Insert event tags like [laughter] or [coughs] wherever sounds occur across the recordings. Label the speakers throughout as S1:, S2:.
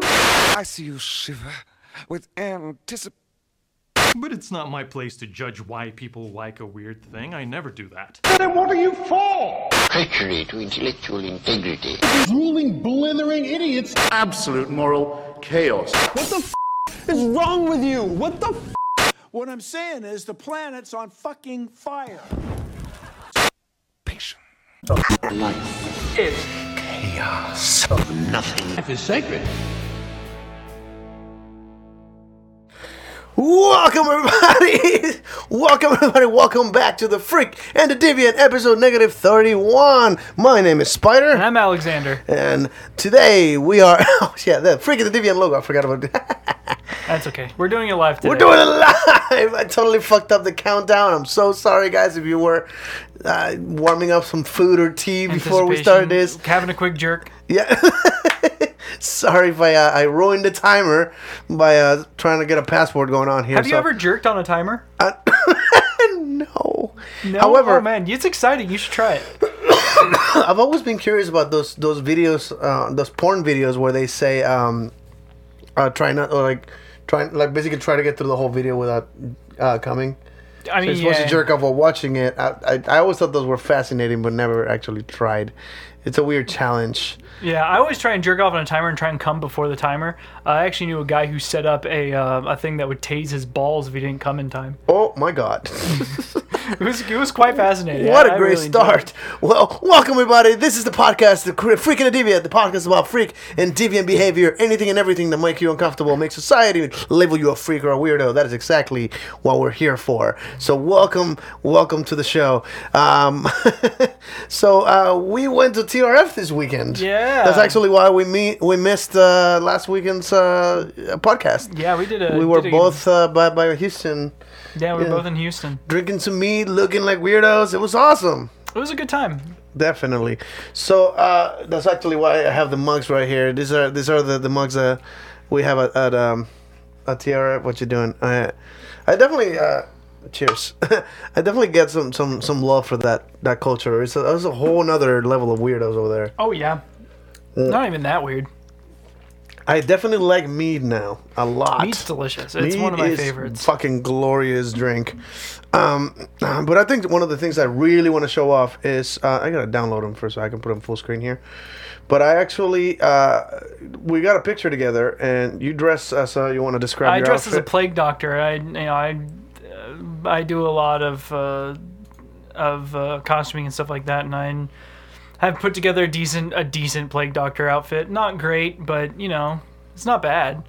S1: I see you shiver with anticipation.
S2: But it's not my place to judge why people like a weird thing. I never do that.
S3: Then what are you for?
S4: Treachery to intellectual integrity.
S3: Drooling, blithering idiots.
S5: Absolute moral chaos.
S3: What the f is wrong with you? What the f?
S6: What I'm saying is the planet's on fucking fire.
S4: Life
S6: is
S4: chaos. Nothing.
S6: Life is sacred.
S7: Welcome everybody! [laughs] welcome everybody! Welcome back to the Freak and the Deviant episode negative 31. My name is Spider.
S8: And I'm
S7: [laughs]
S8: Alexander.
S7: And today we are [laughs] oh yeah, the Freak and the Deviant logo. I forgot about that.
S8: That's okay. We're doing it live today.
S7: We're doing it live! [laughs] I totally fucked up the countdown. I'm so sorry guys if you were uh, warming up some food or tea before we started this.
S8: Having a quick jerk.
S7: Yeah. [laughs] Sorry if I, uh, I ruined the timer by uh, trying to get a password going on here.
S8: Have you
S7: so-
S8: ever jerked on a
S7: [laughs]
S8: timer?
S7: Uh, no.
S8: No.
S7: However-
S8: oh man, it's exciting. You should try it.
S7: I've always been curious about those those videos, uh, those porn videos where they say, um, uh, try not or like, try like basically try to get through the whole video without uh, coming.
S8: I mean,
S7: so you're supposed
S8: yeah.
S7: to jerk off while watching it. I, I, I always thought those were fascinating, but never actually tried. It's a weird challenge.
S8: Yeah, I always try and jerk off on a timer and try and come before the timer. Uh, I actually knew a guy who set up a uh, a thing that would tase his balls if he didn't come in time.
S7: Oh my god. [laughs]
S8: It was it was quite fascinating.
S7: What
S8: I-
S7: a
S8: I
S7: great
S8: really enjoyed
S7: start!
S8: it.
S7: Well, welcome everybody. This is the podcast, the Cre- Freak and the Deviant, the podcast about freak and deviant behavior, anything and everything that makes you uncomfortable, make society label you a freak or a weirdo. That is exactly what we're here for. So welcome, welcome to the show. Um, [laughs] so uh, we went to TRF this weekend.
S8: Yeah.
S7: that's actually why we meet. We missed uh, last weekend's uh, podcast.
S8: Yeah, we did a.
S7: we were
S8: did a-
S7: both uh, by by Houston.
S8: Yeah, we were
S7: yeah.
S8: both in Houston.
S7: Drinking some mead, looking like weirdos. It was awesome.
S8: It was a good time.
S7: Definitely. So uh, that's actually why I have the mugs right here. These are these are the, the mugs that we have at, at um at TRF. What you doing? I I definitely uh, cheers. [laughs] I definitely get some some some love for that that culture. It's a, it's a whole nother level of weirdos over there.
S8: Oh yeah,
S7: Uh,
S8: not even that weird.
S7: I definitely like mead now a lot.
S8: Meat's delicious. It's one of
S7: Mead
S8: my
S7: is
S8: favorites.
S7: Fucking glorious drink. Um, [clears throat] uh, but I think one of the things I really want to show off is uh, I gotta download them first so I can put them full screen here. But I actually uh, we got a picture together and you dress as uh, you want to describe.
S8: I
S7: your
S8: dress as a
S7: outfit.
S8: plague doctor. I you know I uh, I do a lot of uh, of uh, costuming and stuff like that, and I have put together a decent a decent plague doctor outfit. Not great, but you know it's not bad.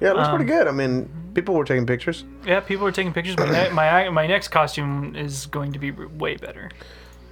S7: Yeah, it looks
S8: um,
S7: pretty good. I mean, people were taking pictures.
S8: Yeah, people are taking pictures. My ne- my my next costume is going to be way better.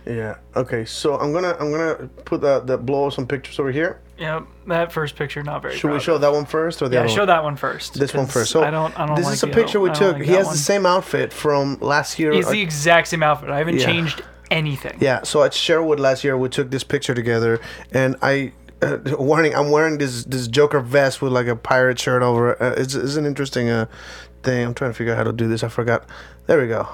S7: Yeah. Okay. So I'm gonna I'm gonna put the, the blow some pictures over here.
S8: Yeah, that first picture not very.
S7: Should we
S8: proud
S7: show
S8: of.
S7: that one first or the
S8: Yeah,
S7: other
S8: show
S7: one?
S8: that one first.
S7: This one
S8: 'cause
S7: first. So
S8: I don't. I don't
S7: this
S8: like
S7: is a
S8: the-
S7: picture we
S8: I don't
S7: took.
S8: like
S7: he
S8: that
S7: has
S8: one.
S7: the same outfit from last year.
S8: He's
S7: uh,
S8: the exact same outfit. I haven't
S7: Yeah.
S8: changed anything.
S7: Yeah, so at Sherwood last year, we took this picture together, and I, uh, warning, I'm wearing this this Joker vest with like a pirate shirt over. Uh, it's, it's an interesting uh, thing. I'm trying to figure out how to do this. I forgot. There we go.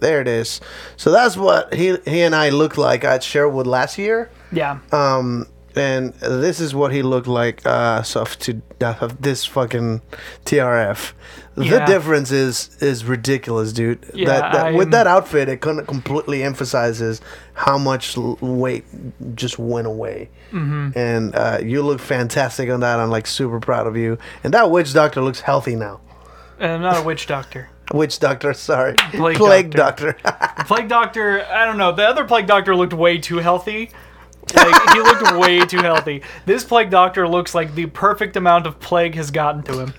S7: There it is. So that's what he he and I looked like at Sherwood last year.
S8: Yeah.
S7: Um, and this is what he looked like uh, so of to of this fucking TRF. The
S8: Yeah.
S7: difference is is ridiculous, dude.
S8: Yeah,
S7: that, that with
S8: I'm-
S7: that outfit, it kind of completely emphasizes how much l- weight just went away. Mm-hmm. And uh, you look fantastic on that. I'm like super proud of you. And that witch doctor looks healthy now.
S8: And I'm not a witch doctor.
S7: Witch doctor, sorry,
S8: Plague
S7: doctor. [laughs]
S8: Plague Doctor, I don't know. The other Plague Doctor looked way too healthy. Like, he
S7: [laughs]
S8: looked way too healthy. This Plague Doctor looks like the perfect amount of plague has gotten to him.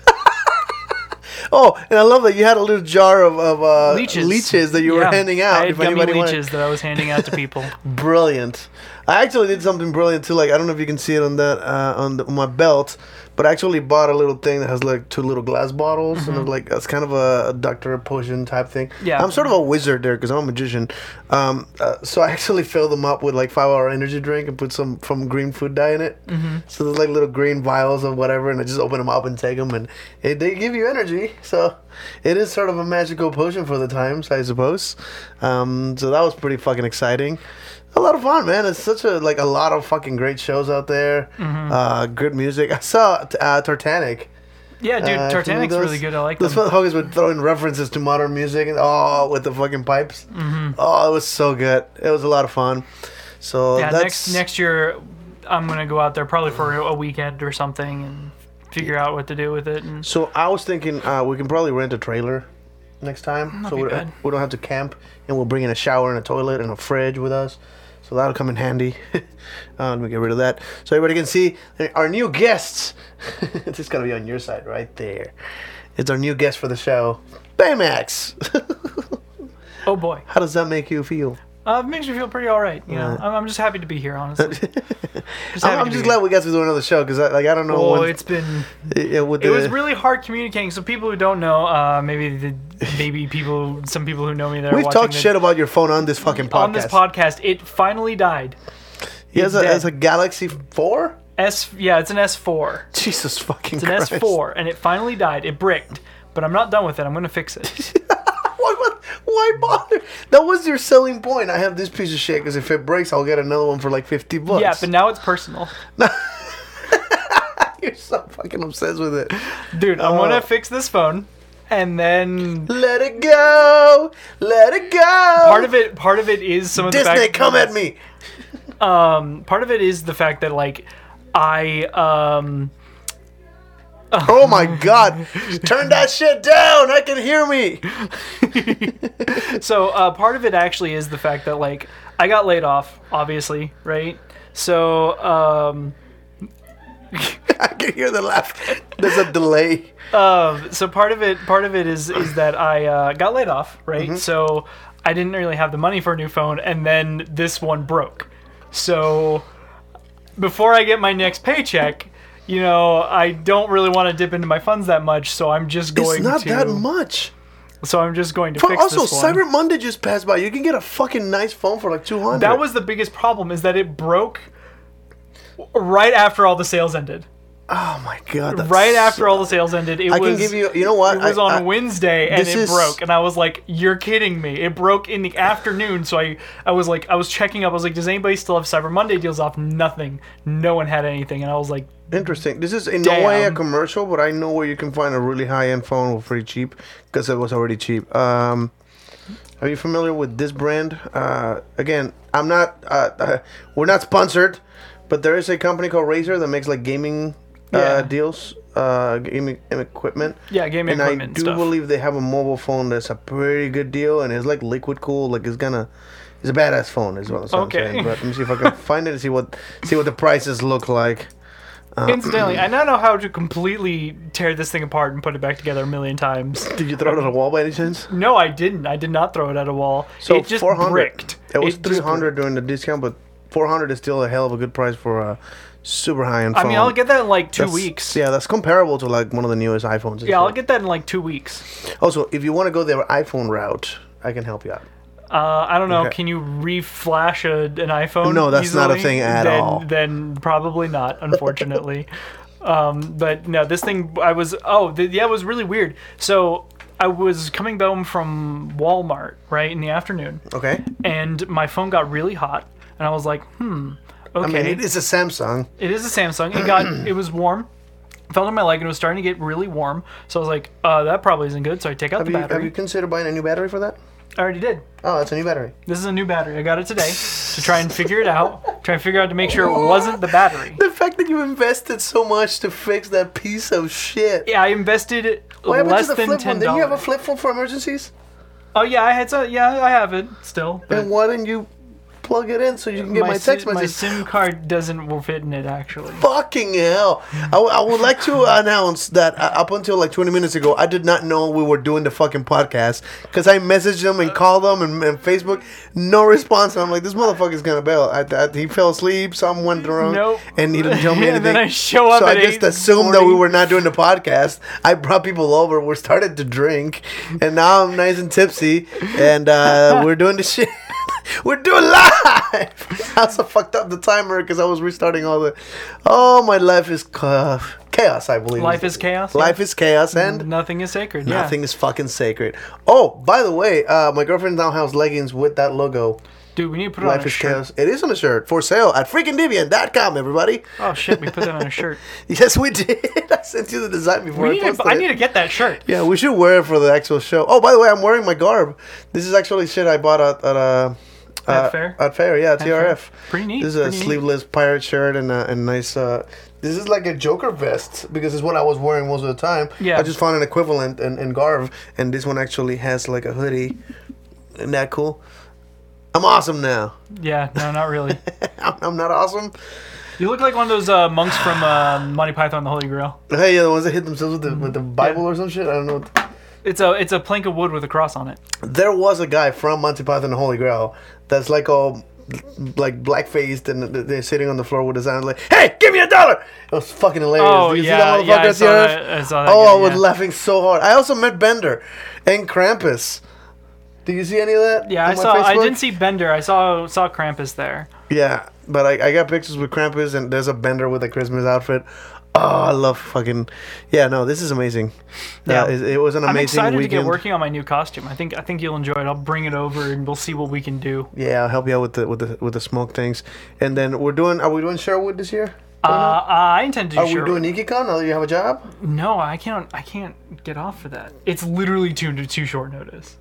S7: oh, and I love that you had a little jar of, of uh,
S8: Leeches.
S7: that you
S8: Yeah,
S7: were handing out.
S8: I had
S7: if
S8: gummy
S7: anybody wanted-
S8: leeches that I was handing out to
S7: [laughs]
S8: people.
S7: brilliant. I actually did something brilliant too. Like I don't know if you can see it on that uh, on, the, on my belt, but I actually bought a little thing that has like two little glass bottles and it's like it's kind of a, a doctor potion type thing.
S8: Yeah.
S7: I'm sort of a wizard there because I'm a magician. Um, uh, so I [laughs] actually filled them up with like five hour energy drink and put some from green food dye in it. Mm-hmm. So there's like little green vials or whatever, and I just open them up and take them, and it, they give you energy. So it is sort of a magical potion for the times, I suppose. Um, so that was pretty fucking exciting. A lot of fun, man. It's such a like a lot of fucking great shows out there. Uh, good music. I saw uh, Titanic
S8: Yeah, dude,
S7: Uh, can you do
S8: Tartanic's
S7: those?
S8: really good. I like
S7: Those
S8: them.
S7: motherfuckers would throw in references to modern music and oh, with the fucking pipes.
S8: Mm-hmm.
S7: Oh, it was so good. It was a lot of fun. So
S8: Yeah,
S7: that's
S8: next next year, I'm gonna go out there probably for a weekend or something and figure out what to do with it. And
S7: So I was thinking uh, we can probably rent a trailer next time, so
S8: be
S7: we,
S8: bad.
S7: we don't have to camp, and we'll bring in a shower and a toilet and a fridge with us. So that'll come in handy. [laughs] uh, let me get rid of that, so everybody can see uh, our new guests. [laughs] this is gonna be on your side right there. It's our new guest for the show, Baymax. [laughs]
S8: oh boy,
S7: How does that make you feel?
S8: uh, it makes me feel pretty all right. You know, I'm, I'm just happy to be here,
S7: [laughs]
S8: honestly. Just happy
S7: I'm, I'm
S8: to
S7: just
S8: be here.
S7: glad we got to do another show because I, like I don't know.
S8: Oh,
S7: when-
S8: it's been
S7: yeah, with
S8: it was
S7: the-
S8: really hard communicating. So people who don't know, uh, maybe
S7: [laughs]
S8: the, maybe people, some people who know me, there
S7: We've
S8: watching
S7: talked
S8: the-
S7: shit about your phone on this fucking podcast.
S8: on this podcast. It finally died.
S7: He has a,
S8: it's dead.
S7: has a Galaxy Four.
S8: S yeah, it's an S four.
S7: Jesus fucking
S8: It's an S
S7: Christ. [laughs]
S8: four, and it finally died. It bricked, but I'm not done with it. I'm gonna fix it.
S7: [laughs] Why, what, why bother? That was your selling point. I have this piece of shit because if it breaks, I'll get another one for like 50 bucks.
S8: yeah, but now it's personal,
S7: [laughs] You're so fucking obsessed with it.
S8: dude. I'm
S7: Oh.
S8: gonna fix this phone, and then
S7: Let it go. Let it go.
S8: part of it, part of it is some of the
S7: Disney,
S8: fact-
S7: come at me.
S8: Part of it is the fact that like I um
S7: Oh my
S8: [laughs]
S7: god. Turn that shit down. I can hear me.
S8: so uh, part of it actually is the fact that like I got laid off, obviously, right? So um
S7: [laughs] I can hear the laugh. There's a delay.
S8: so part of it part of it is is that I uh, got laid off, right?
S7: Mm-hmm.
S8: So I didn't really have the money for a new phone, and then this one broke. So before I get my next paycheck, you know, I don't really want to dip into my funds that much, so I'm just going
S7: It's not
S8: to.
S7: that much.
S8: So I'm just going to
S7: But
S8: fix
S7: also,
S8: this one.
S7: Cyber Monday just passed by. You can get a fucking nice phone for like 200.
S8: that was the biggest problem is that it broke right after all the sales ended.
S7: Oh my god. that
S8: Right after
S7: sucks.
S8: all the sales ended, it
S7: I
S8: was
S7: can give you. You know what?
S8: It was
S7: I-
S8: on
S7: I-
S8: Wednesday and
S7: this
S8: it
S7: is-
S8: broke, and I was like, "You're kidding me!" It broke in the afternoon, so I, I was like, I was checking up. I was like, "Does anybody still have Cyber Monday deals off?" Nothing. No one had anything, and I was like,
S7: Interesting. This is in no way a
S8: Damn.
S7: commercial, but I know where you can find a really high-end phone for pretty cheap because it was already cheap. Um, are you familiar with this brand? Uh, again, I'm not. Uh, uh, we're not sponsored, but there is a company called Razer that makes like gaming
S8: Yeah.
S7: uh, deals, uh, gaming equipment.
S8: "Yeah, gaming
S7: and
S8: equipment
S7: I
S8: and
S7: do
S8: stuff."
S7: believe they have a mobile phone that's a pretty good deal, and it's like liquid cool. Like it's gonna, it's a badass phone is what, that's what
S8: Okay.
S7: I'm saying. But let me see if I can find it and see what see what the prices look like.
S8: Incidentally, I now know how to completely tear this thing apart and put it back together a million times.
S7: Did you throw it on a wall by any chance?
S8: No, I didn't. I did not throw it at a wall. it just bricked.
S7: It was
S8: just
S7: three hundred during the discount, but four hundred is still a hell of a good price for a super high end
S8: I
S7: phone.
S8: mean, I'll get that in like two
S7: That's-
S8: weeks.
S7: Yeah, that's comparable to like one of the newest iPhones. and
S8: yeah, I'll
S7: shit.
S8: get that in like two weeks.
S7: Also, if you want to go their iPhone route, I can help you out.
S8: Uh, I don't know.
S7: Okay.
S8: Can you reflash a, an iPhone?
S7: No, that's not a
S8: easily?
S7: thing at
S8: then,
S7: all.
S8: Then probably not,
S7: [laughs]
S8: unfortunately. um, but no, this thing I was. Oh, th- yeah, it was really weird. So I was coming home from Walmart right in the afternoon,
S7: Okay.
S8: and my phone got really hot, and I was like, hmm. Okay.
S7: I mean, it is a Samsung.
S8: It is a Samsung. It
S7: [clears throat]
S8: got it was warm. Felt in my leg and it was starting to get really warm. So I was like, uh, that probably isn't good. So I take out
S7: Have
S8: the
S7: you,
S8: battery.
S7: have you considered buying a new battery for that?
S8: I already did.
S7: Oh, that's a new battery.
S8: This is a new battery. I got it today to try and figure it out. Try and figure out to make sure it wasn't the battery.
S7: The fact that you invested so much to fix that piece of shit.
S8: Yeah, I invested
S7: What happened
S8: less
S7: to the
S8: than
S7: flip
S8: ten
S7: phone? Didn't you have a
S8: dollars.
S7: flip phone for emergencies?
S8: Oh yeah, I had so yeah, I have it still. But
S7: Then why didn't you plug it in so you can get my,
S8: si-
S7: text message?
S8: my SIM card doesn't fit in it actually.
S7: fucking hell. I, w- I would like to [laughs] announce that uh, up until like 20 minutes ago, I did not know we were doing the fucking podcast because I messaged them and called them and, and Facebook, no response. And I'm like, this motherfucker's gonna bail. I, I, he fell asleep, something went wrong,
S8: Nope.
S7: and he didn't tell me anything.
S8: [laughs] And then I show up
S7: So
S8: at
S7: I just assumed that we were not doing the podcast. I brought people over, we started to drink, and now I'm nice and tipsy,
S8: [laughs]
S7: and uh, we're doing the shit. [laughs] We're doing live. [laughs] I also fucked up the timer because I was restarting all the. Oh, my life is ca- chaos. I believe
S8: Life is chaos, yeah.
S7: Life is chaos, and
S8: Nothing is sacred. yeah.
S7: nothing is fucking sacred. Oh, by the way, uh, my girlfriend now has leggings with that logo.
S8: Dude, we need to put it on
S7: Life
S8: a
S7: is
S8: shirt.
S7: chaos. It is on a shirt for sale at freakingdeviant.com, everybody. [laughs]
S8: Oh shit, we put that on a shirt.
S7: Yes, we did. [laughs] I sent you the design before
S8: we need to,
S7: I posted
S8: I
S7: it.
S8: need to get that shirt.
S7: Yeah, we should wear it for the actual show. Oh, by the way, I'm wearing my garb. This is actually shit I bought at at, uh,
S8: At
S7: uh,
S8: fair?
S7: At fair, yeah, at
S8: fair.
S7: TRF.
S8: Pretty neat,
S7: This is a
S8: pretty neat.
S7: sleeveless pirate shirt and a and nice. Uh, this is like a Joker vest because it's what I was wearing most of the time.
S8: Yeah.
S7: I just found an equivalent in, in garb, and this one actually has like a hoodie. Isn't that cool? I'm awesome now. [laughs]
S8: Yeah, no, not really.
S7: I'm, I'm not awesome.
S8: You look like one of those uh, monks from uh, Monty Python and the Holy Grail.
S7: Hey, yeah, the ones that hit themselves with the, with the Bible or some shit. I don't know. What
S8: It's a it's a plank of wood with a cross on it.
S7: there was a guy from Monty Python and the Holy Grail that's like all like black faced and they're sitting on the floor with his hand like, "Hey, give me a dollar!" It was fucking hilarious.
S8: Oh,
S7: Did you
S8: yeah,
S7: see that
S8: yeah, I
S7: motherfucker at
S8: saw
S7: CRF?
S8: that- I saw that
S7: oh,
S8: guy,
S7: I was
S8: yeah.
S7: laughing so hard. I also met Bender and Krampus. Did you see any of that?
S8: Yeah,
S7: on
S8: I
S7: my
S8: saw. I
S7: Facebook?
S8: didn't see Bender. I saw saw Krampus there.
S7: Yeah, but I, I got pictures with Krampus and there's a Bender with a Christmas outfit. Oh, I love fucking. Yeah, no, this is amazing. Yeah,
S8: Yeah.
S7: it, it was an
S8: I'm
S7: amazing
S8: excited
S7: weekend.
S8: to get working on my new costume. I think I think you'll enjoy it. I'll bring it over and we'll see what we can do.
S7: Yeah, I'll help you out with the with the with the smoke things. And then we're doing. Are we doing Sherwood this year?
S8: Uh, uh, I intend to. do
S7: Are
S8: Sherwood.
S7: we doing Nikicon? Now that you have a job,
S8: No, I can't. I can't get off for that. It's literally too too short notice.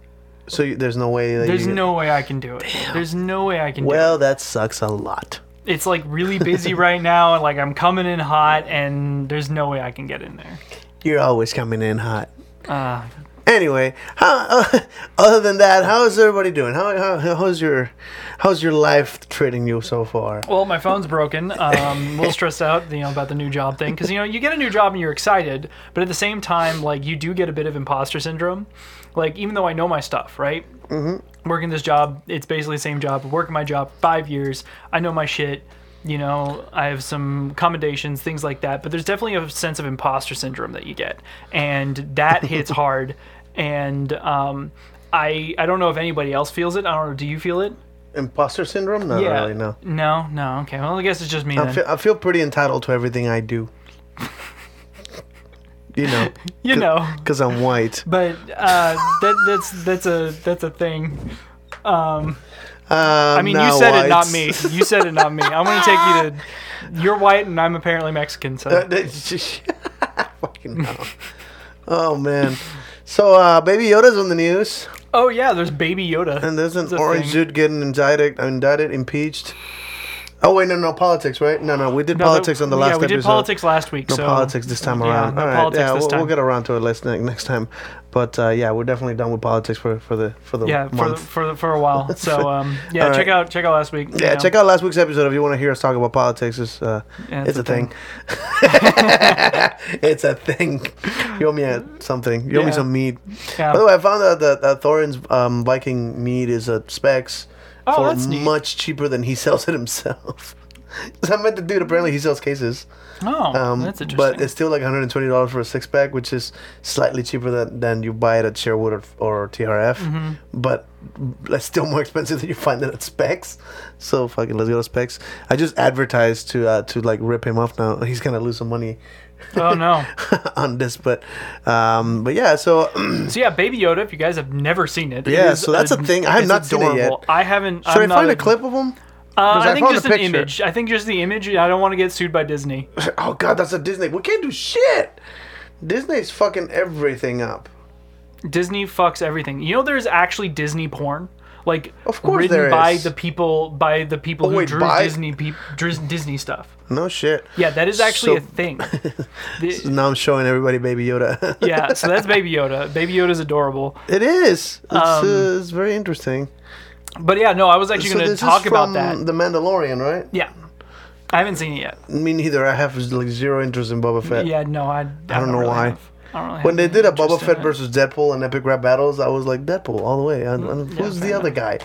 S7: so you, there's no way. That
S8: There's
S7: you,
S8: no way I can do it. There's no way I can
S7: Well, that sucks a lot.
S8: do it. It's like really busy right now, and like I'm coming in hot, and there's no way I can get in there.
S7: You're always coming in hot.
S8: Uh,
S7: Anyway, how, [laughs] other than that, how is everybody doing? How, how how's your how's your life treating you so far?
S8: Well, my phone's broken. Um, a little stressed out, you know, about the new job thing because you know you get a new job and you're excited, but at the same time, like you do get a bit of imposter syndrome. Like even though I know my stuff, right? Mm-hmm. Working this job, it's basically the same job. I've worked my job five years. I know my shit. You know, I have some commendations, things like that. But there's definitely a sense of imposter syndrome that you get, and that hits hard. And um, I I don't know if anybody else feels it. I don't know. Do you feel it?
S7: Imposter syndrome? Not really. No.
S8: No, no. Okay. Well, I guess it's just me.
S7: I
S8: Then.
S7: feel, I feel pretty entitled to everything
S8: [laughs]
S7: I do. you know,
S8: you know.
S7: because I'm white.
S8: But uh, that that's that's a that's a thing. Um, I mean, you said it, not
S7: [laughs]
S8: me. You said it, not me. I'm gonna take you to. You're white, and I'm apparently Mexican. So
S7: [laughs] Uh, Fucking hell. Oh man. So uh, Baby Yoda's on the news,
S8: oh yeah, there's Baby Yoda.
S7: and there's an
S8: It's a
S7: orange
S8: thing.
S7: dude getting indicted, indicted, impeached. Oh wait, no, no politics, right? No, no, we did
S8: No, that-
S7: politics on the last
S8: Yeah, we did
S7: episode.
S8: politics last week.
S7: No
S8: so
S7: politics this time
S8: yeah,
S7: around.
S8: no
S7: All right,
S8: politics
S7: yeah,
S8: this
S7: we'll,
S8: time.
S7: we'll get around to it less ne- next time. But uh, yeah, we're definitely done with politics for, for the for the
S8: yeah, for the,
S7: month.
S8: for the, for a
S7: [laughs]
S8: while. So um, yeah,
S7: All
S8: check
S7: right.
S8: out check out last week. you
S7: yeah,
S8: know.
S7: check out last week's episode if you want to hear us talk about politics. It's, uh,
S8: Yeah,
S7: it's, a thing. it's a thing. [laughs] You owe me a, something. You owe me
S8: Yeah.
S7: some meat.
S8: Yeah.
S7: By the way, I found out that uh, Thorin's um, Viking meat is at Specs
S8: Oh,
S7: for
S8: that's neat.
S7: much cheaper than he [laughs] sells it himself. [laughs] so I met the dude. Apparently, he sells cases.
S8: Oh,
S7: Um,
S8: that's interesting.
S7: but it's still like $120 for a six pack, which is slightly cheaper than, than you buy it at Sherwood or, or TRF.
S8: Mm-hmm.
S7: But that's still more expensive than you find it at Specs. So fucking let's go to Specs. I just advertised to uh, to like rip him off now. [laughs] He's gonna lose some money
S8: oh
S7: [laughs]
S8: no.
S7: on this, but um, but yeah. So [clears throat]
S8: So yeah, Baby Yoda. If you guys have never seen it, it
S7: Yeah,
S8: is
S7: so that's a thing. I have
S8: it's
S7: not seen it yet.
S8: I haven't.
S7: should i
S8: I'm not
S7: find
S8: a-
S7: a clip of him?
S8: Uh,
S7: 'Cause I
S8: I think
S7: found a
S8: just an
S7: picture.
S8: image. I think just the image. I don't want to get sued by Disney. [laughs]
S7: Oh god, that's a Disney. We can't do shit. Disney's fucking everything up.
S8: Disney fucks everything. You know, there's actually Disney porn. Like
S7: Of course
S8: written
S7: there
S8: by
S7: is. Oh,
S8: the people by the people who
S7: wait,
S8: drew
S7: by-
S8: Disney peop dris- Disney stuff.
S7: No shit.
S8: Yeah, that is actually a
S7: So-
S8: thing. The-
S7: Now I'm showing everybody Baby Yoda. [laughs]
S8: yeah, so that's Baby Yoda. Baby Yoda's adorable.
S7: It is. It's,
S8: Um,
S7: uh, it's very interesting.
S8: But yeah, no, I was actually going to talk about that.
S7: The Mandalorian, right?
S8: Yeah, I haven't seen it yet.
S7: Me neither. I have like zero interest in Boba Fett.
S8: Yeah, no, I. I,
S7: don't know
S8: really
S7: why.
S8: have- I don't really have
S7: When they
S8: any
S7: did a
S8: interest
S7: Boba
S8: in
S7: Fett
S8: it.
S7: versus Deadpool and epic rap battles, I was like Deadpool all the way. And,
S8: Mm,
S7: and who's the other guy?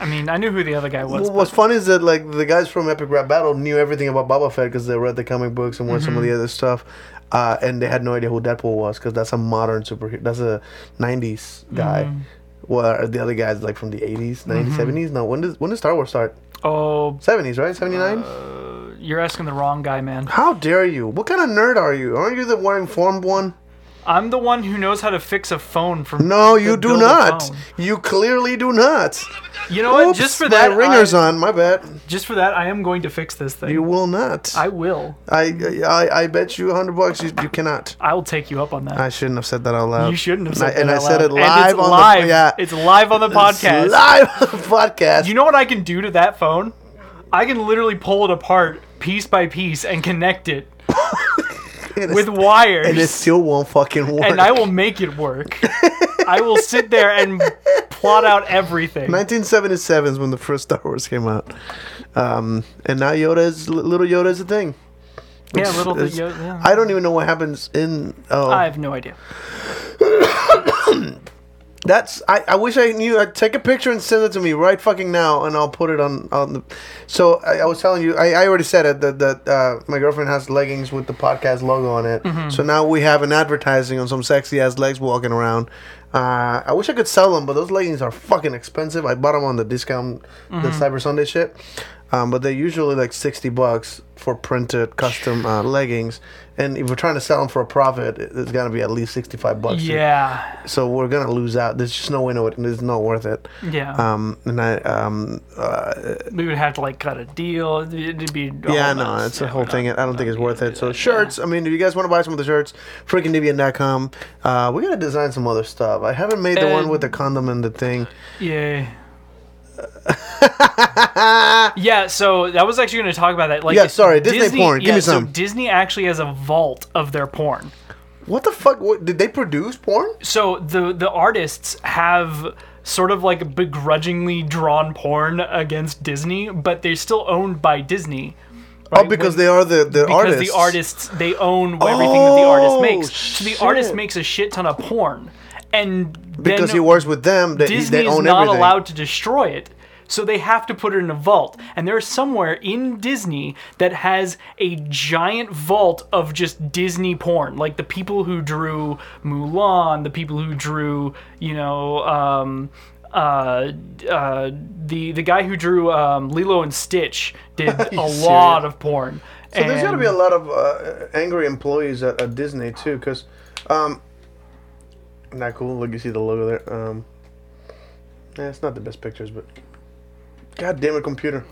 S8: I mean, I knew who the other guy was.
S7: What's fun is that like the guys from Epic Rap Battle knew everything about Boba Fett because they read the comic books and watched some of
S8: Mm-hmm.
S7: the other stuff, uh, and they had no idea who Deadpool was because that's a modern superhero. That's a '90s guy.
S8: Mm.
S7: Well, the other guys like from the '80s, '90s,
S8: Mm-hmm.
S7: '70s. No, when does when does Star Wars start?
S8: Oh,
S7: '70s, right? '79.
S8: Uh, you're asking the wrong guy, man.
S7: How dare you? What kind of nerd are you? Aren't you the one informed one?
S8: I'm the one who knows how to fix a phone from
S7: No,
S8: to
S7: you do
S8: build a
S7: not.
S8: phone.
S7: You clearly do not.
S8: You know what?
S7: Oops,
S8: Just for that,
S7: my ringer's
S8: I,
S7: on. My bad.
S8: Just for that, I am going to fix this thing.
S7: You will not.
S8: I
S7: I
S8: will.
S7: I I, I bet you hundred bucks you, you cannot.
S8: I will take you up on that.
S7: I shouldn't have said that out loud.
S8: you shouldn't have
S7: And I-
S8: said that.
S7: And
S8: out
S7: I
S8: loud.
S7: said it
S8: And it's
S7: live on
S8: live.
S7: the yeah.
S8: It's live on the podcast.
S7: It's live on the podcast.
S8: You know what I can do to that phone? I can literally pull it apart piece by piece and connect it
S7: [laughs] And it's-
S8: with wires.
S7: and it still won't fucking work.
S8: and I will make it work. I will sit there
S7: [laughs]
S8: and plot out everything.
S7: 1977 is when the first Star Wars came out, um, and now Yoda is little Yoda is a thing.
S8: yeah, little
S7: It's-
S8: bit. Yeah.
S7: I don't even know what happens in. Oh,
S8: I have no idea.
S7: That's I, I wish I knew. i take a picture and send it to me right fucking now, and I'll put it on on the. So I, I was telling you, I, I already said it that that uh, my girlfriend has leggings with the podcast logo on it. So now we have an advertising on some sexy ass legs walking around. Uh, I wish I could sell them, but those leggings are fucking expensive. I bought them on the discount, the Cyber Sunday shit. Um, but they're usually like sixty bucks for printed custom uh, leggings, and if we're trying to sell them for a profit, it- it's gonna be at least sixty-five bucks.
S8: Yeah.
S7: So we're gonna lose out. There's just no way. No, it's not worth it.
S8: Yeah.
S7: Um, and I, um,
S8: we would have to like cut a deal. It'd be a
S7: yeah,
S8: whole
S7: no,
S8: mess.
S7: it's a
S8: Yeah,
S7: whole
S8: we're
S7: [laughs] thing.
S8: not-
S7: I don't think it's
S8: not
S7: worth
S8: gonna
S7: it.
S8: do
S7: So
S8: that.
S7: shirts. I mean, if you guys want to buy some of the shirts, freakingdeviant.com. Uh, we gotta design some other stuff. I haven't made the one
S8: And-
S7: with the condom and the thing.
S8: Yeah. yeah, so that was actually going to talk about that. Like,
S7: Yeah, sorry, Disney porn. Give me
S8: so
S7: some.
S8: Disney actually has a vault of their porn.
S7: What the fuck? What, did they produce porn?
S8: So the the artists have sort of like begrudgingly drawn porn against Disney, but they're still owned by Disney.
S7: oh, because they are the the
S8: because
S7: artists.
S8: the artists they own everything that the artist
S7: Oh,
S8: makes. So the artist
S7: shit.
S8: makes a shit ton of porn, and
S7: Because
S8: then
S7: he works with them. They,
S8: Disney
S7: they
S8: is
S7: own
S8: not
S7: everything.
S8: allowed to destroy it. So they have to put it in a vault. And there's somewhere in Disney that has a giant vault of just Disney porn. Like the people who drew Mulan, the people who drew, you know, um, uh, uh, the the guy who drew um, Lilo and Stitch
S7: [laughs]
S8: did a lot of porn.
S7: So there's got to be a
S8: And-
S7: lot of uh, angry employees at, at Disney too, because, um, not cool. Look, you see the logo there. Um, yeah, it's not the best pictures, but god damn it, computer.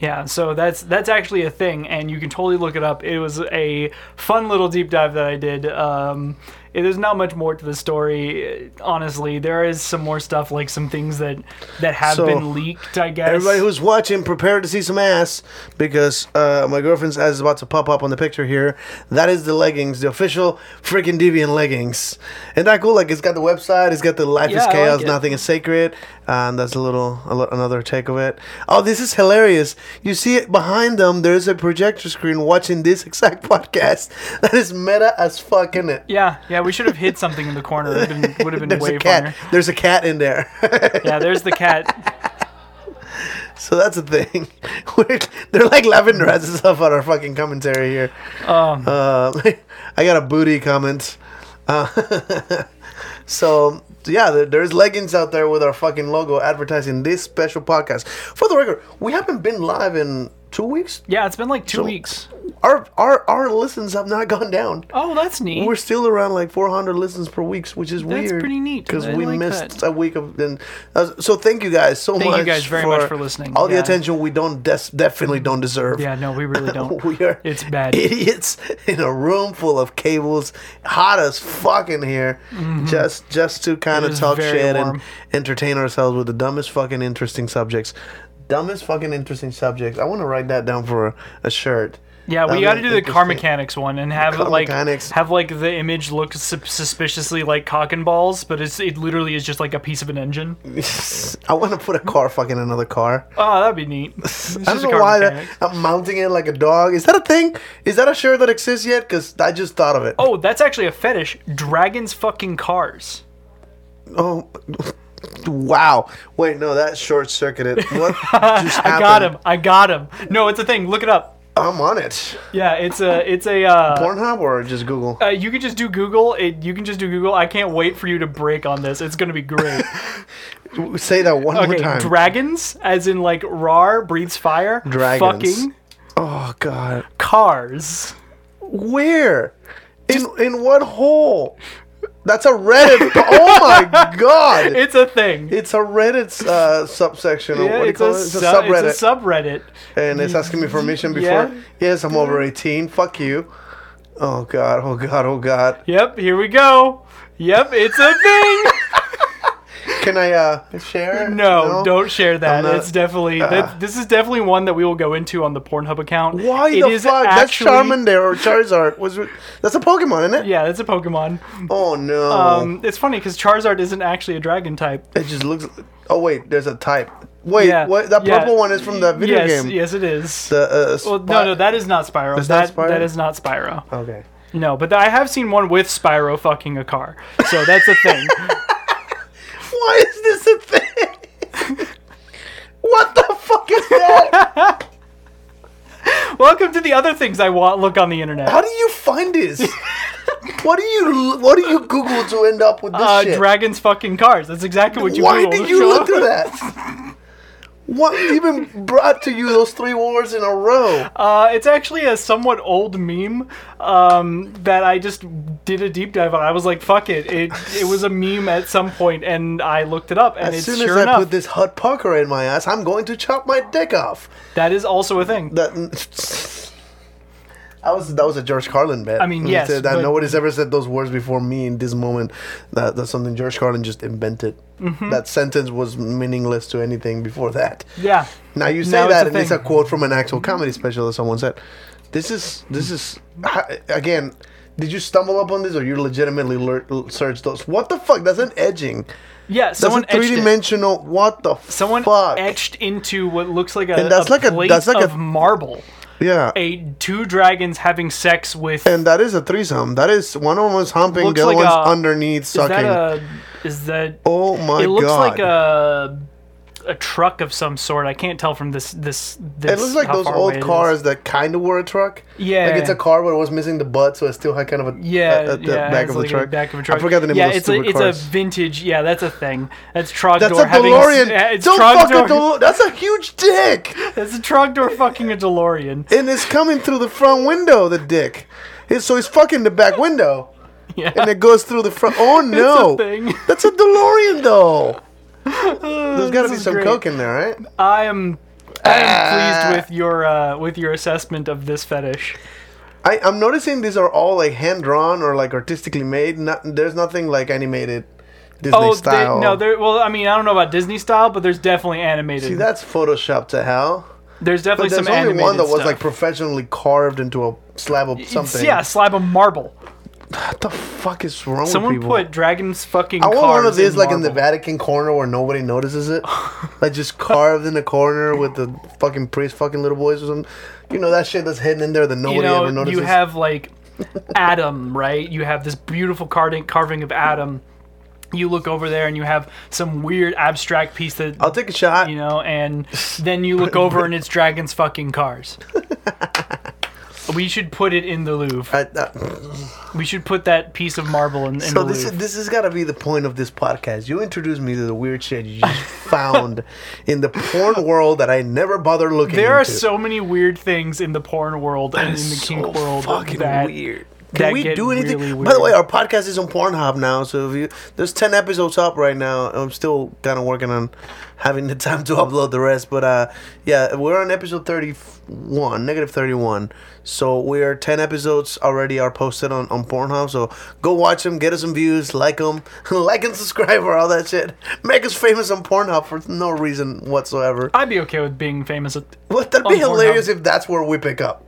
S8: Yeah, so that's that's actually a thing, and you can totally look it up. It was a fun little deep dive that I did. Um, it- there's not much more to the story, uh, honestly. There is some more stuff, like some things that that have
S7: So,
S8: been leaked. I guess
S7: Everybody who's watching, prepare to see some ass because uh, my girlfriend's ass is about to pop up on the picture here. That is the leggings, the official freaking deviant leggings. Isn't that cool? Like it's got the website, it's got the life
S8: Yeah, I
S7: is
S8: like
S7: chaos,
S8: it.
S7: nothing is sacred, and that's a little a lo- another take of it. Oh, this is hilarious! You see it behind them. There is a projector screen watching this exact [laughs] podcast. That is meta as fuck, is it?
S8: yeah, yeah, we should have hid something in the corner. Would have been, would have been
S7: [laughs] There's
S8: way
S7: a cat.
S8: funnier.
S7: There's a cat in there. [laughs]
S8: Yeah, there's the cat.
S7: So that's the thing. [laughs] We're, they're like laughing their asses off on our fucking commentary here. Um, [laughs] I got a booty comment. Uh, [laughs] so yeah, there, there's leggings out there with our fucking logo advertising this special podcast. For the record, we haven't been live in two weeks.
S8: Yeah, it's been like two weeks.
S7: Our our our listens have not gone down.
S8: Oh, that's neat.
S7: We're still around like 400 listens per week, which is weird.
S8: pretty neat.
S7: because
S8: I
S7: we
S8: like
S7: missed
S8: that.
S7: a week of. And uh, so thank you guys so
S8: Thank
S7: much.
S8: you guys very much for listening.
S7: All the
S8: Yeah.
S7: attention we don't des- definitely don't deserve.
S8: yeah, no, we really don't.
S7: [laughs] we are
S8: It's bad.
S7: idiots in a room full of cables, hot as fuck in here, just just to kind
S8: Mm-hmm. It
S7: of
S8: is
S7: talk
S8: very
S7: shit
S8: warm.
S7: and entertain ourselves with the dumbest fucking interesting subjects. Dumbest fucking interesting subjects. I want to write that down for a, a shirt.
S8: Yeah, we
S7: Um,
S8: got to do the car
S7: interesting.
S8: mechanics one and have
S7: Car
S8: it like
S7: mechanics.
S8: have like the image look su- suspiciously like cock and balls, but it's it literally is just like a piece of an engine.
S7: [laughs] I want to put a car fucking another car.
S8: Oh, that'd be
S7: [laughs]
S8: neat. [laughs] It's just
S7: I
S8: a
S7: don't know
S8: car
S7: why that,
S8: mechanic.
S7: I'm mounting it like a dog. Is that a thing? Is that a shirt that exists yet? Because I just thought of it.
S8: Oh, that's actually a fetish. Dragons fucking cars.
S7: Oh, [laughs] wow. Wait, no, that short circuited. What
S8: [laughs]
S7: just happened?
S8: I got him. I got him. No, it's a thing. Look it up.
S7: I'm on it.
S8: Yeah, it's a it's a uh,
S7: Pornhub or just Google?
S8: uh you can just do Google. It you can just do Google. I can't wait for you to break on this. It's going to be great.
S7: Say that [laughs] one more
S8: Okay,
S7: time.
S8: dragons as in like rar breathes fire.
S7: Dragons.
S8: Fucking
S7: oh, God.
S8: cars.
S7: Where? In in what hole? That's a
S8: [laughs]
S7: Reddit. oh my god!
S8: It's a thing.
S7: It's a Reddit uh, subsection. or
S8: Yeah,
S7: what do you
S8: it's,
S7: call
S8: a
S7: it? It's a
S8: sub-
S7: subreddit,
S8: it's a subreddit.
S7: and it's asking me permission before.
S8: Yeah?
S7: Yes, I'm over 18. Fuck you. Oh god! Oh god! Oh god!
S8: Yep, here we go. Yep, it's a
S7: [laughs]
S8: thing.
S7: Can I uh share? it?
S8: No, don't share that.
S7: I'm not- Ah.
S8: it's definitely that, this is definitely one that we will go into on the Pornhub account.
S7: Why
S8: It
S7: the
S8: is
S7: fuck?
S8: actually-
S7: That's Charmander or Charizard. Was it- that's a Pokemon, isn't it?
S8: Yeah, that's a Pokemon.
S7: Oh no!
S8: Um, it's funny because Charizard isn't actually a dragon type.
S7: it just looks. Oh wait, there's a type. Wait,
S8: Yeah,
S7: what? That
S8: yeah.
S7: purple one is from the video
S8: yes,
S7: game.
S8: yes, it is.
S7: The, uh,
S8: well,
S7: spy-
S8: no, no, that is not Spyro.
S7: That's not
S8: That-
S7: Spyro?
S8: that is not Spyro.
S7: Okay.
S8: No, but I have seen one with Spyro fucking a car. So that's a
S7: [laughs]
S8: thing.
S7: Why is this a thing?
S8: [laughs]
S7: what the fuck is that?
S8: Welcome to the other things I want look on the internet.
S7: How do you
S8: [laughs]
S7: find this? what do you What do you Google to end up with this
S8: uh,
S7: shit?
S8: dragons fucking cars. That's exactly what you
S7: Why
S8: Google.
S7: did you look through that? What even brought to you those three words in a row?
S8: Uh, it's actually a somewhat old meme um, that I just did a deep dive on. I was like, "Fuck it!" It it was a meme at some point, and I looked it up, and
S7: as
S8: it's
S7: soon
S8: sure
S7: as I
S8: enough
S7: put this hot pucker in my ass, I'm going to chop my dick off.
S8: that is also a thing.
S7: That. [laughs] That was that was a George Carlin bit.
S8: I mean,
S7: He
S8: yes,
S7: said that
S8: but-
S7: nobody's ever said those words before me in this moment. That that's something George Carlin just invented.
S8: Mm-hmm.
S7: That sentence was meaningless to anything before that.
S8: yeah,
S7: Now you say
S8: Now it's
S7: that,
S8: a
S7: and it's a
S8: thing.
S7: quote from an actual comedy special that someone said. This is this is ha- again. Did you stumble upon this, or you legitimately lear- searched those? What the fuck? That's an edging.
S8: yeah.
S7: That's
S8: Someone
S7: a three
S8: etched it.
S7: dimensional. What the
S8: Someone
S7: fuck?
S8: etched into what looks like a,
S7: And that's
S8: a
S7: like a-
S8: plate
S7: that's like a-
S8: of marble.
S7: yeah,
S8: A two dragons having sex with
S7: and that is a threesome. That is one of them is humping,
S8: Looks
S7: the other
S8: like
S7: one's
S8: a-
S7: underneath
S8: Is
S7: sucking.
S8: that a? Is that?
S7: oh my
S8: it looks
S7: god!
S8: like a a truck of some sort. I can't tell from this this. this
S7: It looks like
S8: how
S7: those
S8: far away
S7: old
S8: it is.
S7: cars that kind of were a truck.
S8: Yeah.
S7: like it's a car, but it was missing the butt, so it still had kind of a
S8: Yeah,
S7: a- a- the
S8: yeah,
S7: back
S8: it's
S7: of the
S8: like a
S7: truck.
S8: Back of a truck.
S7: I forgot the name
S8: yeah,
S7: of those
S8: it's a,
S7: stupid
S8: it's
S7: cars.
S8: a vintage. Yeah, that's a thing. That's Trogdor
S7: That's a
S8: having.
S7: DeLorean.
S8: yeah, it's
S7: Don't fuck
S8: [laughs] Trogdor.
S7: a DeLorean. That's a huge dick,
S8: That's a Trogdor fucking a DeLorean.
S7: and it's coming through the front window. The dick, It's- so it's fucking the back window,
S8: [laughs] Yeah.
S7: and it goes through the front. Oh no,
S8: thing. [laughs] Oh,
S7: that's a DeLorean though. There's got to be
S8: is
S7: some
S8: great.
S7: coke in there, right?
S8: I am. I
S7: Ah.
S8: am pleased with your uh, with your assessment of this fetish.
S7: I, I'm noticing these are all like hand drawn or like artistically made. Not, there's nothing like animated Disney
S8: Oh, they,
S7: style.
S8: no, there. Well, I mean, I don't know about Disney style, but there's definitely animated.
S7: See, that's Photoshop to hell.
S8: there's definitely
S7: But there's
S8: some
S7: only
S8: animated
S7: one that was
S8: stuff.
S7: like professionally carved into a slab of something.
S8: Yeah, slab of marble.
S7: What the fuck is wrong
S8: Someone
S7: with people?
S8: put dragons fucking.
S7: I want
S8: cars
S7: one of these like in the
S8: marble.
S7: Vatican corner where nobody notices
S8: [laughs]
S7: it. like just carved in the corner with the fucking priest fucking little boys or something. You know that shit that's hidden in there that nobody
S8: you
S7: ever
S8: know,
S7: notices.
S8: you have like Adam, right? You have this beautiful carding, carving of Adam. You look over there and you have some weird abstract piece that
S7: I'll take a shot.
S8: you know, and then you
S7: [laughs]
S8: look over and it's dragons fucking cars. we should put it in the Louvre.
S7: I- I-
S8: We should put that piece of marble in, in
S7: so
S8: the
S7: this is,
S8: Louvre.
S7: this has got to be the point of this podcast. You introduced me to the weird shit
S8: [laughs]
S7: you just found in the porn world that I never bothered looking.
S8: There are
S7: into.
S8: so many weird things in the porn world and in the kink
S7: so
S8: world
S7: fucking
S8: that
S7: weird.
S8: that
S7: Can we
S8: get
S7: do anything?
S8: really
S7: By the way,
S8: weird.
S7: our podcast is on Pornhub now, so if you there's ten episodes up right now. I'm still kind of working on having the [laughs] time to upload the rest, but uh, yeah, we're on episode thirty-one, negative thirty-one. So we're ten episodes already are posted on on Pornhub. So go watch them, get us some views, like them, [laughs] like and subscribe or all that shit. Make us famous on Pornhub for no reason whatsoever.
S8: I'd be okay with being famous. At,
S7: Would that
S8: on
S7: be hilarious
S8: Pornhub.
S7: if that's where we pick up?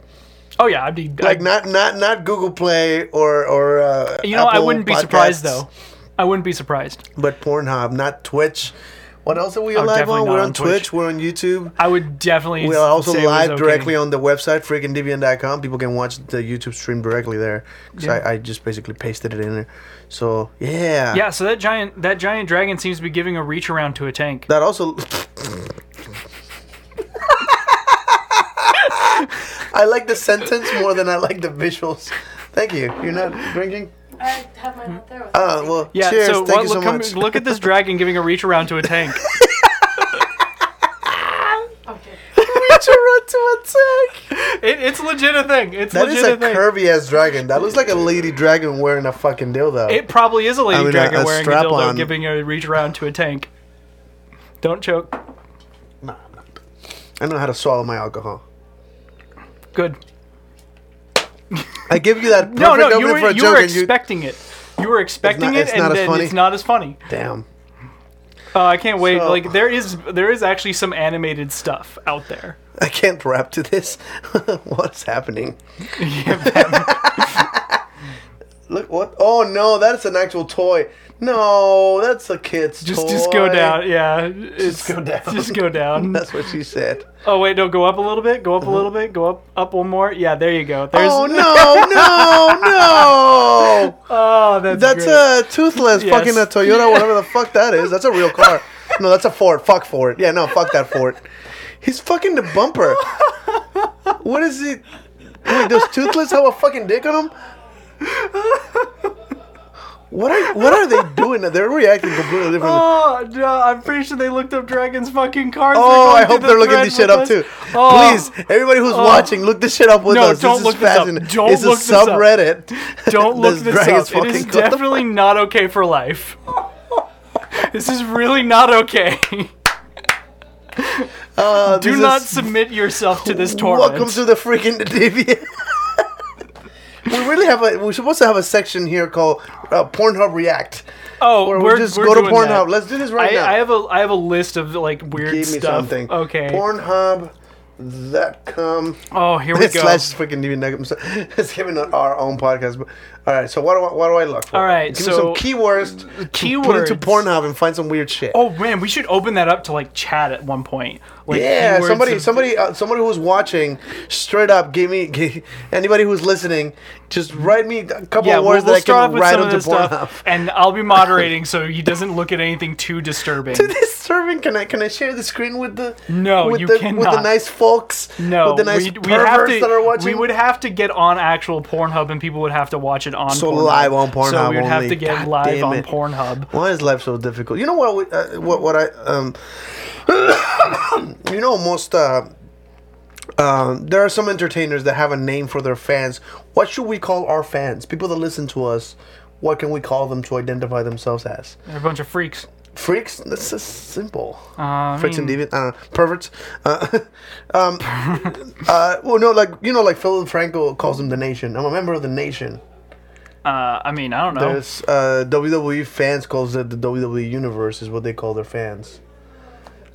S8: oh yeah, I'd be
S7: like
S8: I'd-
S7: not not not Google Play or or uh,
S8: You know, I
S7: Apple
S8: wouldn't be
S7: Podcasts,
S8: surprised though. I wouldn't be surprised.
S7: But Pornhub, not Twitch. What else are we
S8: Oh,
S7: live
S8: definitely
S7: on?
S8: not
S7: We're
S8: on
S7: on Twitch.
S8: Twitch.
S7: We're on YouTube.
S8: I would definitely.
S7: We are also
S8: say it was
S7: live
S8: okay.
S7: directly on the website, freakingdeviant.com. People can watch the YouTube stream directly there. 'Cause I, I just basically pasted it in there. So yeah,
S8: Yeah, so that giant that giant dragon seems to be giving a reach around to a tank.
S7: That also. [laughs] I like the sentence more than I like the visuals. Thank you. You're not drinking.
S9: I have mine out there. With
S7: Uh, well,
S8: yeah,
S7: cheers.
S8: so
S7: Thank
S8: what,
S7: you so
S8: look,
S7: much.
S8: Come, look at this dragon giving a reach around to a tank.
S9: okay.
S7: [laughs] Reach around to That's sick.
S8: It, it's legit a thing. It's
S7: That
S8: legit
S7: is a
S8: thing.
S7: curvy ass dragon. That looks like a lady dragon wearing a fucking dildo.
S8: It probably is a lady
S7: I mean,
S8: dragon
S7: a- a
S8: wearing a dildo,
S7: strap-on.
S8: giving a reach around to a tank. Don't choke.
S7: Nah, I'm not. I know how to swallow my alcohol.
S8: Good.
S7: I give you that.
S8: [laughs] No,
S7: perfect
S8: no, you
S7: opening
S8: were,
S7: for a
S8: you
S7: joke
S8: were
S7: and you-
S8: expecting it. You were expecting
S7: it's
S8: it, and
S7: not as
S8: then
S7: funny.
S8: it's not as funny.
S7: Damn.
S8: Uh, I can't wait.
S7: So-
S8: Like there is there is actually some animated stuff out there.
S7: I can't rap to this. [laughs] What's happening? [laughs] Look what? Oh no, that's an actual toy. No, that's a kid's
S8: Just
S7: toy.
S8: just go down. Yeah, just
S7: go down.
S8: [laughs] Just go down.
S7: [laughs] That's what she said.
S8: oh wait, no, go up a little bit. Go up a little bit. Go up up one more. Yeah, there you go. There's
S7: Uh-huh.
S8: [laughs]
S7: oh no, no, no!
S8: oh that's
S7: That's
S8: great.
S7: a
S8: [laughs]
S7: toothless
S8: Yes.
S7: fucking a Toyota, whatever the fuck that is. That's a real car. No, that's a Ford. Fuck Ford. Yeah, no, fuck that Ford. He's fucking the bumper. What is it? Wait, does toothless have a fucking dick on him? What are what are they doing? They're reacting completely differently.
S8: Oh, no, I'm pretty sure they looked up Dragon's fucking cards.
S7: Oh, I
S8: going through
S7: hope
S8: the
S7: they're looking
S8: thread
S7: this shit
S8: with
S7: up
S8: us.
S7: too.
S8: Oh,
S7: Please, everybody who's watching, look this shit up with
S8: No,
S7: us.
S8: don't
S7: this
S8: look
S7: is
S8: this up.
S7: fascinating.
S8: Don't
S7: it's
S8: look
S7: a
S8: this up.
S7: subreddit.
S8: [laughs]
S7: [laughs]
S8: Don't look this
S7: dragons
S8: up. It is
S7: [laughs] fucking- what the
S8: definitely not okay for life. [laughs] this is really not okay. [laughs]
S7: Uh,
S8: Do
S7: this
S8: not
S7: is-
S8: submit yourself to
S7: [laughs]
S8: this torment.
S7: Welcome to the freaking [laughs] deviant. we really have a. We're supposed to have a section here called uh, Pornhub React.
S8: oh,
S7: Where
S8: we're,
S7: we just
S8: we're
S7: go to
S8: doing
S7: Pornhub.
S8: that.
S7: Let's do this right
S8: I,
S7: now.
S8: I have a I have a list of like weird
S7: Give me
S8: stuff.
S7: something.
S8: Okay.
S7: Pornhub.com
S8: oh, here we go.
S7: [laughs] slash freaking deviant. [laughs] It's giving out our own podcast. But, all right. So what do I, what do I look for?
S8: All right,
S7: Give
S8: so-
S7: me some keywords. to Put into
S8: Keywords.
S7: Pornhub and find some weird shit.
S8: Oh man, we should open that up to like chat at one point. Like
S7: Yeah,
S8: keywords
S7: somebody,
S8: of-
S7: somebody, uh, somebody who's watching, straight up, give me, [laughs] give, anybody who's listening, just write me a couple
S8: Yeah,
S7: of
S8: we'll,
S7: words
S8: we'll
S7: that I
S8: start
S7: can
S8: off with
S7: write
S8: some of
S7: onto
S8: this
S7: Pornhub.
S8: stuff, and I'll be moderating so he doesn't look at anything too disturbing.
S7: [laughs] [laughs] This serving, can I can I share the screen with the
S8: No,
S7: with
S8: you
S7: the, with the
S8: cannot.
S7: nice folks
S8: No,
S7: with the nice
S8: we'd, we'd have
S7: perverts
S8: to,
S7: that are watching
S8: We would have to get on actual Pornhub, and people would have to watch it on.
S7: So
S8: Pornhub.
S7: live on Pornhub
S8: So we would have
S7: only.
S8: to get
S7: God
S8: live
S7: damn
S8: on
S7: it.
S8: Pornhub.
S7: Why is life so difficult? You know what? We, uh, what what I um, [coughs] you know most uh, um, there are some entertainers that have a name for their fans. What should we call our fans? People that listen to us. What can we call them to identify themselves as?
S8: They're a bunch of freaks. Uh,
S7: Freaks? That's just simple. Freaks and deviant. I don't know. Perverts. Uh, [laughs]
S8: [laughs]
S7: um, uh, well, no, like you know, like Philip Franco calls them the Nation. I'm a member of the Nation.
S8: Uh, I mean, I don't know.
S7: There's uh, WWE fans calls it the WWE universe is what they call their fans.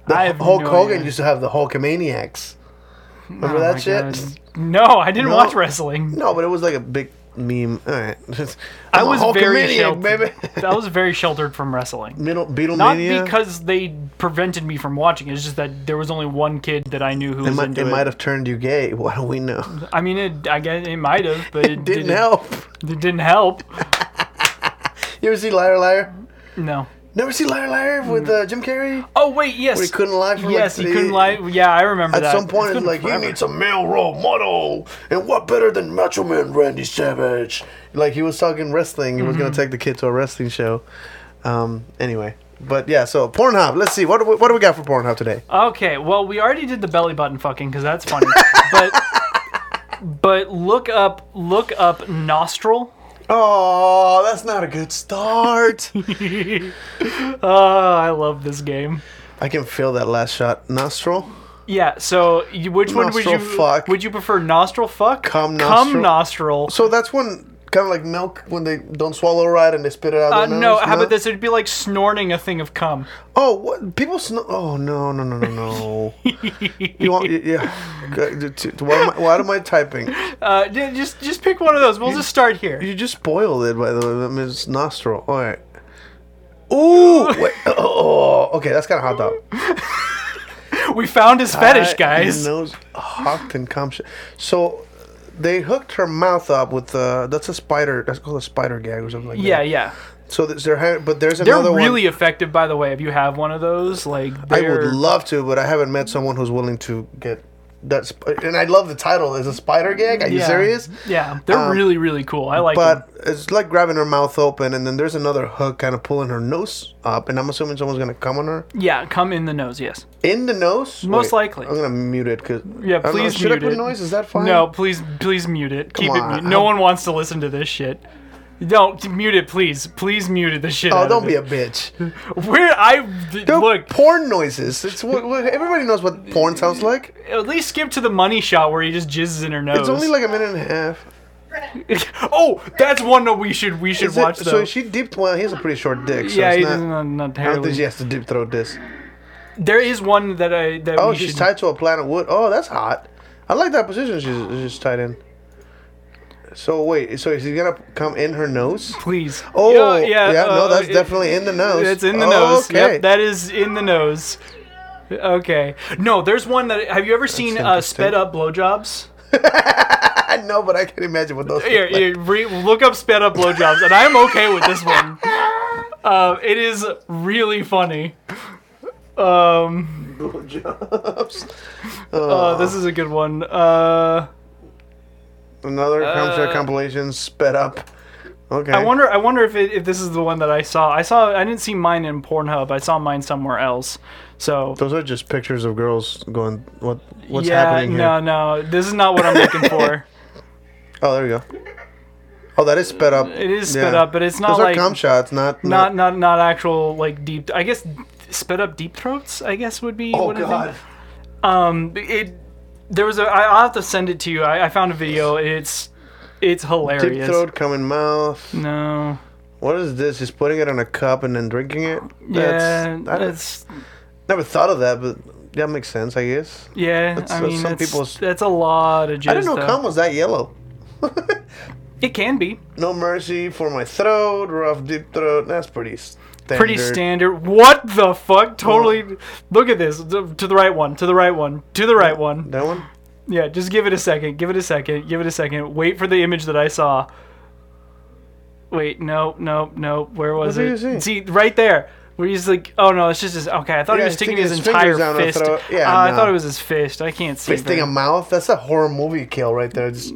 S7: The
S8: I have
S7: Hulk
S8: no
S7: Hogan
S8: idea. Oh
S7: used to have the Hulkamaniacs. Remember
S8: My
S7: that shit?
S8: God. No, I didn't
S7: No.
S8: watch
S7: [laughs]
S8: wrestling.
S7: No, but it was like a big meme. All right.
S8: I
S7: I'm a
S8: was very
S7: Hulkamaniac,
S8: sheltered. [laughs]
S7: baby.
S8: I was very sheltered from wrestling.
S7: Middle
S8: Not
S7: Beatlemania.
S8: because they prevented me from watching. It's just that there was only one kid that I knew who
S7: it
S8: was
S7: might,
S8: into
S7: it
S8: it.
S7: might have turned you gay. [laughs] What do we know?
S8: I mean, it, I guess it might have, but it,
S7: [laughs] It didn't help.
S8: It didn't help.
S7: You ever see Liar Liar?
S8: No.
S7: Never see Liar Liar with uh, Jim Carrey?
S8: Oh wait, yes.
S7: he couldn't lie for, like,
S8: yes, he
S7: three-
S8: couldn't lie. Yeah, I remember
S7: At
S8: that.
S7: some point,
S8: It's
S7: it's
S8: been
S7: like
S8: forever.
S7: he needs a male role model, and what better than Macho Man Randy Savage? Like he was talking wrestling, he was
S8: Mm-hmm.
S7: gonna take the kid to a wrestling show. Um, anyway, but yeah, so Pornhub. Let's see what do we, what do we got for Pornhub today?
S8: Okay, well, we already did the belly button fucking because that's funny. but
S7: [laughs]
S8: but look up look up nostril. [laughs]
S7: Oh, that's not a good start.
S8: Oh, I love this game.
S7: I can feel that last shot. Nostril.
S8: Yeah. So you, which
S7: Nostril
S8: one would you
S7: fuck.
S8: would you prefer nostril fuck?
S7: Cum
S8: Cum
S7: nostril.
S8: nostril.
S7: So that's when kind of like milk when they don't swallow right and they spit it out.
S8: Uh,
S7: their
S8: no,
S7: nose,
S8: how
S7: no?
S8: about this? It'd be like snorting a thing of cum.
S7: Oh, what people? Sno- oh no, no, no, no,
S8: [laughs]
S7: no. you want? Yeah. Good, t- t- Why am, I, why am I typing?
S8: Uh, j- just just pick one of those. We'll just start here.
S7: You just spoiled it by the way. I mean, it's nostril. All right. Ooh.
S8: [laughs]
S7: Wait, oh. Okay, that's kind of hot dog.
S8: We found his fetish,
S7: I-
S8: guys.
S7: Nose hocked and cum. sh- So they hooked her mouth up with uh that's a spider. That's called a spider gag or something like
S8: Yeah,
S7: that.
S8: yeah.
S7: So there's there, ha- but there's
S8: They're
S7: another one.
S8: really effective, by the way. If you have one of those, like
S7: I
S8: they're-
S7: would love to, but I haven't met someone who's willing to get that sp- and I love the title. Is a spider gag? Are you
S8: Yeah.
S7: serious?
S8: Yeah, they're
S7: Um,
S8: really really cool. I like. them.
S7: But it's like grabbing her mouth open, and then there's another hook kind of pulling her nose up, and I'm assuming someone's gonna come on her
S8: yeah, come in the nose. Yes.
S7: in the nose.
S8: Most likely.
S7: I'm gonna mute it because
S8: Yeah, please
S7: Should
S8: mute
S7: I put
S8: it.
S7: noise? Is that fine?
S8: No, please, please mute it. Keep
S7: on,
S8: it. Mute. No
S7: I'm-
S8: one wants to listen to this shit. Don't mute it, please. Please mute it. The shit.
S7: Oh, don't be
S8: [laughs]
S7: a bitch.
S8: a. Where I d-
S7: They're
S8: look.
S7: porn noises. It's what, what everybody knows what porn sounds like.
S8: At least skip to the money shot where he just jizzes in her nose.
S7: It's only like a minute and a half.
S8: [laughs] oh, that's one that we should we should
S7: Is it-
S8: watch though.
S7: so she deep. Well, he's a pretty short dick. So
S8: yeah,
S7: it's
S8: he's
S7: not,
S8: not, not, not
S7: I don't
S8: terribly.
S7: think she has to deep throat this.
S8: There is one that I that
S7: Oh,
S8: we
S7: she's
S8: should.
S7: tied to a plant of wood. Oh, that's hot. I like that position she's, she's tied in. So wait, so is he gonna come in her nose?
S8: Please.
S7: Oh, yeah, no,
S8: uh,
S7: that's
S8: it-
S7: definitely in the nose.
S8: It's in the
S7: Oh,
S8: nose.
S7: Okay.
S8: Yep, that is in the nose. Okay. No, there's one that. Have you ever seen uh,
S7: interesting.
S8: sped up
S7: [laughs]
S8: blowjobs?
S7: I know, but I can imagine what those.
S8: Here,
S7: look like.
S8: here, re- look up sped up blowjobs, and I'm okay with this
S7: [laughs]
S8: one. Uh, it is really funny. Um, uh, this is a good one. Uh,
S7: Another Comstar compilation sped up. Okay.
S8: I wonder. I wonder if it, if this is the one that I saw. I saw. I didn't see mine in Pornhub. I saw mine somewhere else. So
S7: Those are just pictures of girls going. What? What's
S8: yeah,
S7: happening here?
S8: no, no, this is not what I'm looking
S7: [laughs]
S8: for.
S7: Oh, there we go. Oh, that is sped up.
S8: It is sped up, but it's not
S7: Those
S8: like
S7: are cum shots, not
S8: not not not actual like deep. I guess sped up deep throats. I guess would be.
S7: Oh
S8: what I think.
S7: God.
S8: Um, it there was a. I, I'll have to send it to you. I, I found a video. It's it's
S7: Deep
S8: hilarious.
S7: throat, cum in mouth.
S8: No.
S7: What is this? He's putting it in a cup and then drinking it.
S8: Yeah,
S7: that-
S8: that's
S7: Never thought of that, but that makes sense, I guess.
S8: yeah.
S7: that's
S8: I
S7: what
S8: mean,
S7: some
S8: that's,
S7: people's-
S8: that's a lot of. Jizz,
S7: I didn't know
S8: though.
S7: cum was that yellow. [laughs]
S8: It can be.
S7: No mercy for my throat, rough deep throat. That's pretty standard.
S8: pretty standard. What the fuck? Totally. Look at this. To to the right one. To the right one. To the right one.
S7: That one?
S8: Yeah, just give it a second. Give it a second. Give it a second. Wait for the image that I saw. Wait, no, no, no. Where was
S7: What
S8: it?
S7: did you
S8: See, right there. Where he's like, oh no, it's just his. Okay, I thought
S7: Yeah,
S8: he was
S7: he's
S8: sticking
S7: sticking
S8: his,
S7: his
S8: entire
S7: fingers down her
S8: fist.
S7: throat. Yeah,
S8: Uh, I
S7: no.
S8: thought it was his fist. I can't see.
S7: Fisting
S8: very-
S7: a mouth? That's a horror movie kill right there. Just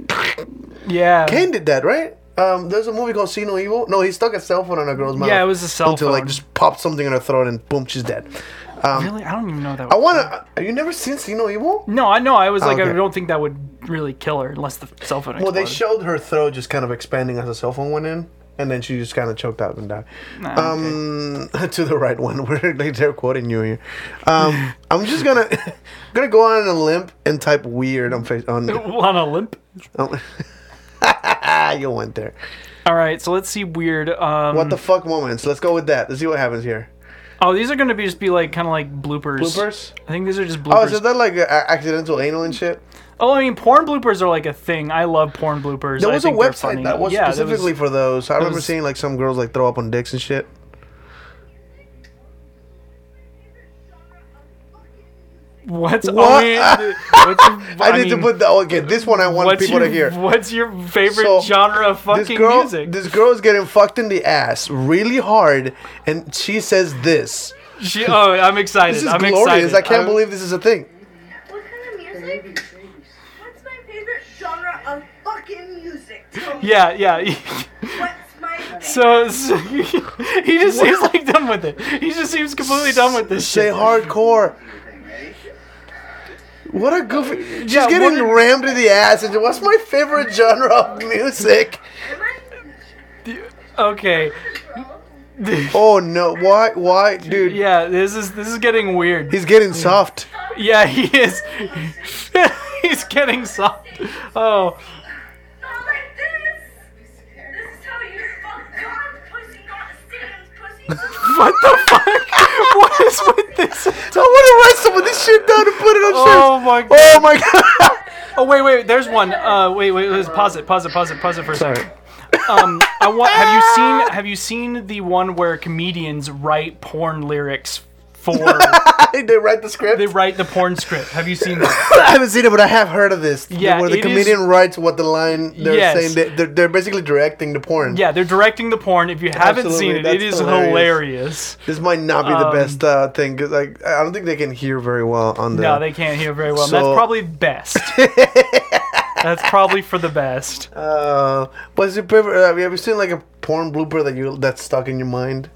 S8: Yeah.
S7: Kane did that, right? Um, there's a movie called See No Evil. No, he stuck a cell phone in a girl's mouth.
S8: Yeah, it was a cell
S7: until, like
S8: phone.
S7: just popped something in her throat and boom, she's dead.
S8: really? I don't even know that.
S7: I wanna. Have you never seen See No Evil?
S8: no, I know. I was like, I
S7: okay.
S8: don't think that would really kill her unless the cell phone.
S7: Well, they
S8: exploded.
S7: showed her throat just kind of expanding as the cell phone went in, and then she just kind of choked out and died.
S8: Nah, okay.
S7: Um, [laughs] to the right one, where they- they're quoting you here.
S8: [laughs]
S7: Um, I'm just gonna [laughs] gonna go on a limp and type weird on face
S8: [laughs] [laughs]
S7: on.
S8: on a limp.
S7: Ah, [laughs] you went there.
S8: All right, so let's see weird. Um,
S7: What the fuck moments? Let's go with that. Let's see what happens here.
S8: Oh, these are gonna be just be like kind of like bloopers.
S7: Bloopers.
S8: I think these are just
S7: Oh,
S8: bloopers.
S7: so is that like a, accidental anal and shit?
S8: oh, I mean, porn bloopers are like a thing. I love porn bloopers.
S7: There
S8: I
S7: was a
S8: think they're
S7: website
S8: funny.
S7: that was
S8: Yeah, there
S7: specifically for those. I remember
S8: was-
S7: seeing like some girls like throw up on dicks and shit.
S8: What's
S7: What?
S8: I
S7: [laughs]
S8: mean, what's your,
S7: I, need to
S8: mean,
S7: put the oh, okay. This one I want
S8: what's
S7: people
S8: your,
S7: to hear.
S8: What's your favorite
S7: So,
S8: genre of
S7: This
S8: fucking
S7: girl,
S8: music?
S7: this girl is getting fucked in the ass really hard, and she says this.
S8: she, oh, I'm excited.
S7: This is
S8: I'm
S7: glorious.
S8: excited.
S7: I can't
S8: I'm-
S7: believe this is a thing.
S9: What kind of music? What's my favorite genre of fucking music? Tell
S8: [laughs]
S9: me
S8: Yeah, [laughs] yeah.
S9: What's my favorite?
S8: So, so [laughs] he just seems like done with it. He just seems completely done with this
S7: Say
S8: shit.
S7: hardcore. What a goofy! She's
S8: Yeah,
S7: getting
S8: what-
S7: rammed in the ass. And what's my favorite genre of music?
S9: Am I
S8: Okay. [laughs]
S7: Oh no! Why? Why, dude?
S8: Yeah, Mm. this is this is getting weird.
S7: He's getting soft.
S8: Yeah, he is. [laughs] He's getting soft. Oh,
S9: not like this? This is how you fuck God pussy, not Satan's pussy.
S8: [laughs] what
S9: [laughs]
S8: the fuck? What is with this?
S7: [laughs] So I want to write some of this shit down and put it on
S8: Oh
S7: shirts.
S8: my god.
S7: Oh my [laughs] god!
S8: Oh wait, wait. There's one. Uh, wait, wait. Let's pause it. Pause it. Pause it. Pause it for a second. Um,
S7: [laughs]
S8: I want. Have you seen? Have you seen the one where comedians write porn lyrics
S7: [laughs]
S8: for
S7: they write the script.
S8: they write the porn script. Have you seen
S7: [laughs]
S8: that?
S7: I haven't seen it, but I have heard of this.
S8: Yeah,
S7: where the
S8: it
S7: comedian
S8: is-
S7: writes what the line they're
S8: Yes.
S7: saying. They, they're, they're basically directing the porn.
S8: Yeah, they're directing the porn. If you haven't
S7: Absolutely,
S8: seen it, it
S7: that's
S8: is
S7: hilarious.
S8: hilarious.
S7: This might not be
S8: Um,
S7: the best uh, thing because like I don't think they can hear very well on the.
S8: No, they can't hear very well. That's
S7: So-
S8: probably
S7: [laughs]
S8: best. That's probably for the best.
S7: Uh, but is it prefer- uh, have you ever seen like a porn blooper that you that's stuck in your mind?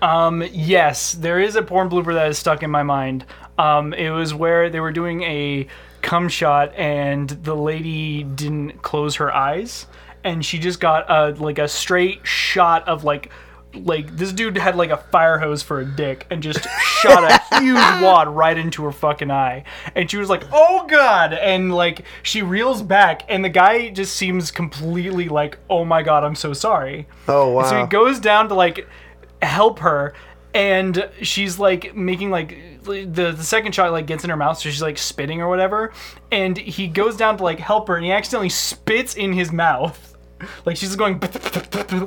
S8: Um, yes, there is a porn blooper that is stuck in my mind. Um, it was where they were doing a cum shot and the lady didn't close her eyes and she just got a like a straight shot of like like this dude had like a fire hose for a dick and just shot a huge wad right into her fucking eye and she was like oh god and like she reels back and the guy just seems completely like oh my god i'm so sorry
S7: Oh
S8: and So
S7: wow!
S8: he goes down to like help her, and she's like making like the the second shot like gets in her mouth, so she's like spitting or whatever. And he goes down to like help her, and he accidentally spits in his mouth. [laughs] Like she's going [laughs]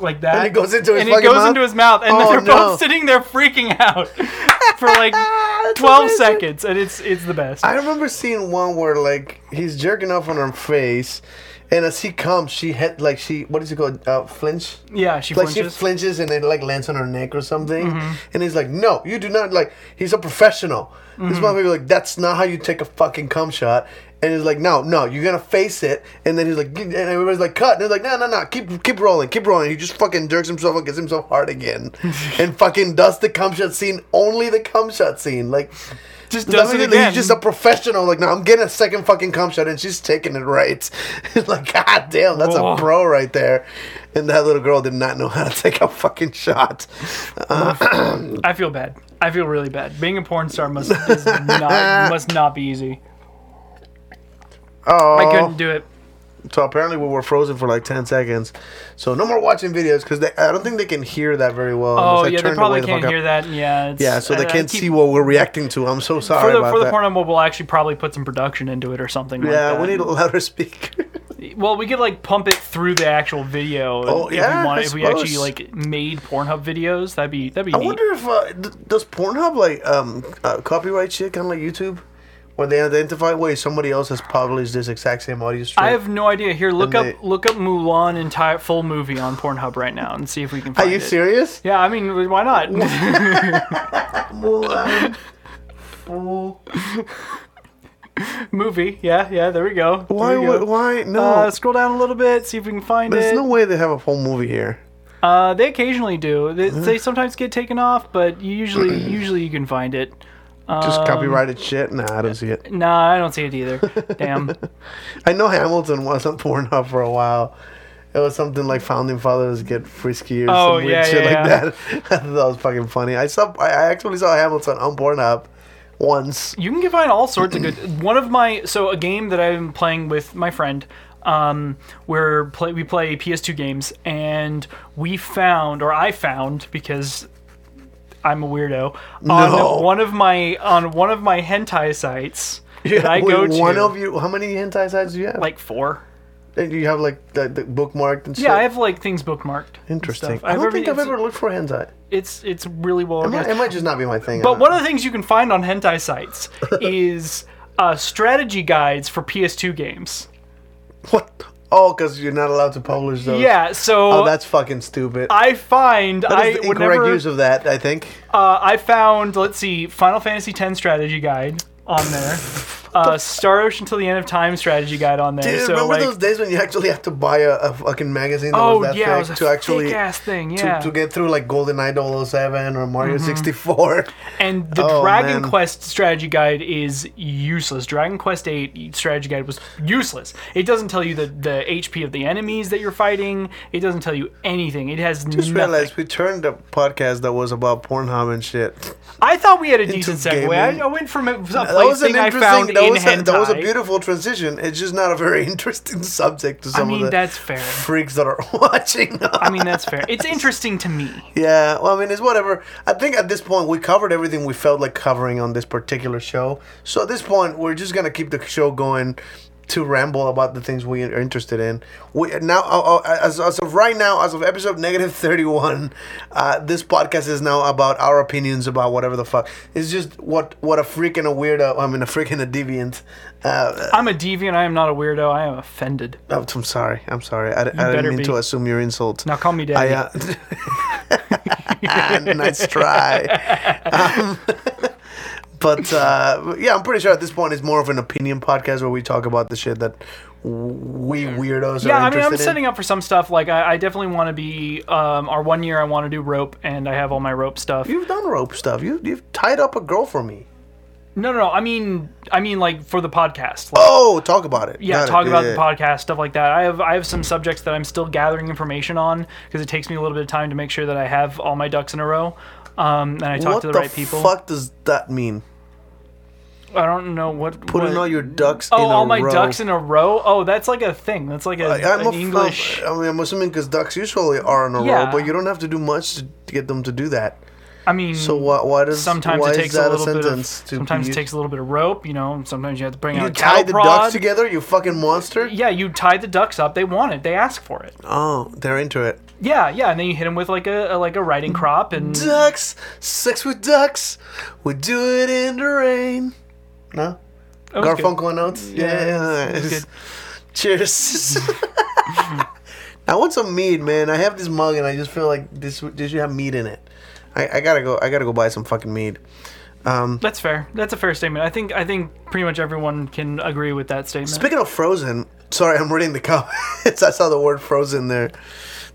S8: like that,
S7: And it goes into his
S8: and it
S7: fucking
S8: goes
S7: mouth?
S8: into his mouth, and
S7: Oh,
S8: they're
S7: no.
S8: both sitting there freaking
S7: [laughs]
S8: out for like twelve
S7: amazing.
S8: seconds, and it's it's the best.
S7: I remember seeing one where like he's jerking off on her face, and as he comes, she head like she what is it called uh, flinch?
S8: yeah, she
S7: like
S8: flinches. Mm-hmm.
S7: she flinches and it like lands on her neck or something. And he's like, "No, you do not like." He's a professional. This
S8: Mm-hmm.
S7: motherfucker like, "That's not how you take a fucking cum shot." And he's like, "No, no, you're gonna face it." And then he's like, "And everybody's like, cut." And he's like, "No, no, no, keep keep rolling, keep rolling." He just fucking jerks himself and gets himself
S8: [laughs]
S7: hard again, and fucking does the cum shot scene, only the cum shot scene, like.
S8: Just does it
S7: literally,
S8: again.
S7: He's just a professional. Like, no, I'm getting a second fucking cum shot, and she's taking it right. [laughs] like, god damn, that's
S8: Whoa.
S7: a pro right there. And that little girl did not know how to [laughs] take a fucking shot. Uh, [clears throat]
S8: I feel bad. I feel really bad. Being a porn star must
S7: [laughs]
S8: is not must not be easy.
S7: Oh,
S8: I couldn't do it.
S7: so apparently we were frozen for like ten seconds. So no more watching videos because I don't think they can hear that very well.
S8: Oh
S7: unless I
S8: yeah, they
S7: turned
S8: probably
S7: away the
S8: can't
S7: fuck
S8: hear
S7: up.
S8: that. Yeah, it's,
S7: Yeah, so they
S8: I- I
S7: can't
S8: keep-
S7: see what we're reacting to. I'm so sorry
S8: For the
S7: about
S8: for the
S7: that.
S8: porno mobile, we'll actually probably put some production into it or something. like
S7: yeah, we
S8: that.
S7: need a louder [laughs] speaker.
S8: Well, we could like pump it through the actual video.
S7: Oh,
S8: if
S7: yeah,
S8: we wanted-
S7: I
S8: if we actually
S7: suppose.
S8: like made Pornhub videos, that'd be that'd be
S7: I
S8: neat.
S7: wonder if uh, d- does Pornhub like um uh, copyright shit, kind of like YouTube, where they identify wait somebody else has published this exact same audio stream.
S8: I have no idea. Here, look up
S7: And they-
S8: look up Mulan entire full movie on Pornhub right now and see if we can
S7: Are
S8: find
S7: you
S8: it. [laughs]
S7: serious?
S8: Yeah, I mean, why not? um,
S7: Mulan. Fool.
S8: [laughs] movie. Yeah, yeah. There we go. There
S7: Why?
S8: we go.
S7: would Why? No.
S8: Uh, scroll down a little bit, see if we can find
S7: There's
S8: it.
S7: no way they have a whole movie here.
S8: Uh, they occasionally do. They, they sometimes get taken off, but you
S7: [clears throat]
S8: usually usually you can find it. Um,
S7: Just copyrighted shit. Nah, I don't see it.
S8: Nah, I don't see it either. Damn.
S7: I know Hamilton was on [laughs] Pornhub for a while. It was something like founding fathers get frisky or
S8: Oh,
S7: some weird
S8: yeah,
S7: shit
S8: yeah,
S7: like
S8: yeah.
S7: that. [laughs] I thought that was fucking funny. I saw. I I actually saw Hamilton on Pornhub once.
S8: You can find all sorts of
S7: [clears throat]
S8: good. One of my so a game that I've been playing with my friend, um, where play we play PS2 games, and we found or I found because I'm a weirdo on
S7: No.
S8: one of my on one of my hentai sites [laughs] that I
S7: Wait,
S8: go to
S7: One of you. How many hentai sites do you have?
S8: like four.
S7: And you have like the, the bookmarked and shit.
S8: Yeah, I have like things bookmarked. and
S7: Interesting.
S8: stuff.
S7: I don't think
S8: everything-
S7: I've ever looked for hentai.
S8: It's it's really well
S7: It might,
S8: organized.
S7: it might just not be my thing. I
S8: But
S7: don't
S8: one of the things you can find on hentai sites [laughs] is uh, strategy guides for PS2 games.
S7: What? Oh, because you're not allowed to publish those.
S8: Yeah, so
S7: Oh, that's fucking stupid.
S8: I find
S7: that
S8: I
S7: is the incorrect
S8: whenever
S7: use of that. I think.
S8: uh, I found let's see Final Fantasy X strategy guide on
S7: [laughs]
S8: there, uh, Star Ocean till the end of time strategy guide on there.
S7: Dude,
S8: so
S7: remember
S8: like,
S7: those days when you actually have to buy a, a fucking magazine that
S8: oh
S7: was that
S8: yeah,
S7: thick
S8: it was a
S7: to actually
S8: ass thing.
S7: to,
S8: Yeah, Mm-hmm.
S7: to get through like GoldenEye 007 or Mario [laughs] 64?
S8: and the
S7: Oh,
S8: Dragon
S7: man.
S8: Quest strategy guide is useless. Dragon Quest Eight strategy guide was useless. It doesn't tell you the the HP of the enemies that you're fighting. It doesn't tell you anything. It has
S7: Just
S8: nothing.
S7: realized we turned a podcast that was about Pornhub and shit.
S8: I thought we had a decent segue.
S7: gaming.
S8: I, I went from a, a
S7: That
S8: place thing I found
S7: that
S8: in
S7: was, a, that was a
S8: hentai.
S7: beautiful transition. It's just not a very [laughs] interesting subject to some
S8: mean,
S7: of the
S8: that's fair.
S7: freaks that are [laughs] watching.
S8: I mean, that's fair.
S7: [laughs]
S8: It's interesting to me.
S7: yeah, well, I mean, it's whatever. I think at this point we covered everything we felt like covering on this particular show. So at this point, we're just gonna keep the show going to ramble about the things we are interested in. We now, uh, uh, as, as of right now, as of episode negative thirty-one, uh, this podcast is now about our opinions about whatever the fuck. It's just what what a freak and a weirdo. I mean, a freak and a deviant. Uh,
S8: I'm a deviant. I am not a weirdo. I am offended.
S7: I'm, I'm sorry. I'm sorry. I, di- I
S8: better
S7: didn't mean
S8: be.
S7: to assume your insult.
S8: Now call me
S7: I,
S8: daddy.
S7: uh, [laughs] nice try. Um, [laughs] but uh, yeah, I'm pretty sure at this point it's more of an opinion podcast where we talk about the shit that we weirdos
S8: yeah,
S7: are
S8: I mean,
S7: interested
S8: I'm
S7: in.
S8: setting up for some stuff. Like, I, I definitely want to be. Um, our one year, I want to do rope, and I have all my rope stuff.
S7: You've done rope stuff. You you've tied up a girl for me.
S8: No, no, no. I mean, I mean, like for the podcast. Like,
S7: Oh, talk about it.
S8: yeah,
S7: Got it.
S8: talk about
S7: yeah.
S8: the podcast stuff like that. I have I have some subjects that I'm still gathering information on because it takes me a little bit of time to make sure that I have all my ducks in a row. Um, and I talk
S7: What
S8: to the, right people.
S7: fuck does that mean?
S8: I don't know what
S7: Putting
S8: what-
S7: all your ducks
S8: oh
S7: in a
S8: all my
S7: row.
S8: ducks in a row. Oh, that's like a thing. That's like a
S7: I- I'm
S8: an
S7: a-
S8: English.
S7: I mean, I'm assuming because ducks usually are in a
S8: Yeah.
S7: row, but you don't have to do much to get them to do that.
S8: I mean,
S7: So why, why does
S8: sometimes
S7: why
S8: it
S7: is
S8: takes
S7: that
S8: a little bit of
S7: sentence to
S8: sometimes
S7: be
S8: it takes a little bit of rope. You know, and sometimes you have to bring
S7: You
S8: out a
S7: tie
S8: cattle
S7: the
S8: prod.
S7: ducks together, you fucking monster.
S8: Yeah, you tie the ducks up. They want it. They ask for it.
S7: Oh, they're into it.
S8: Yeah, yeah, and then you hit them with like a, a like a riding crop and
S7: Mm-hmm. Ducks, sex with ducks. We do it in the rain. No,
S8: That was Oh, good.
S7: Garfunkel and notes. Yeah, yeah, yeah.
S8: good.
S7: cheers. [laughs] I want some mead, man. I have this mug, and I just feel like this this should have mead in it. I, I gotta go. I gotta go buy some fucking mead.
S8: That's fair. That's a fair statement. I think I think pretty much everyone can agree with that statement.
S7: Speaking of Frozen, sorry, I'm reading the [laughs] comments. I saw the word Frozen there.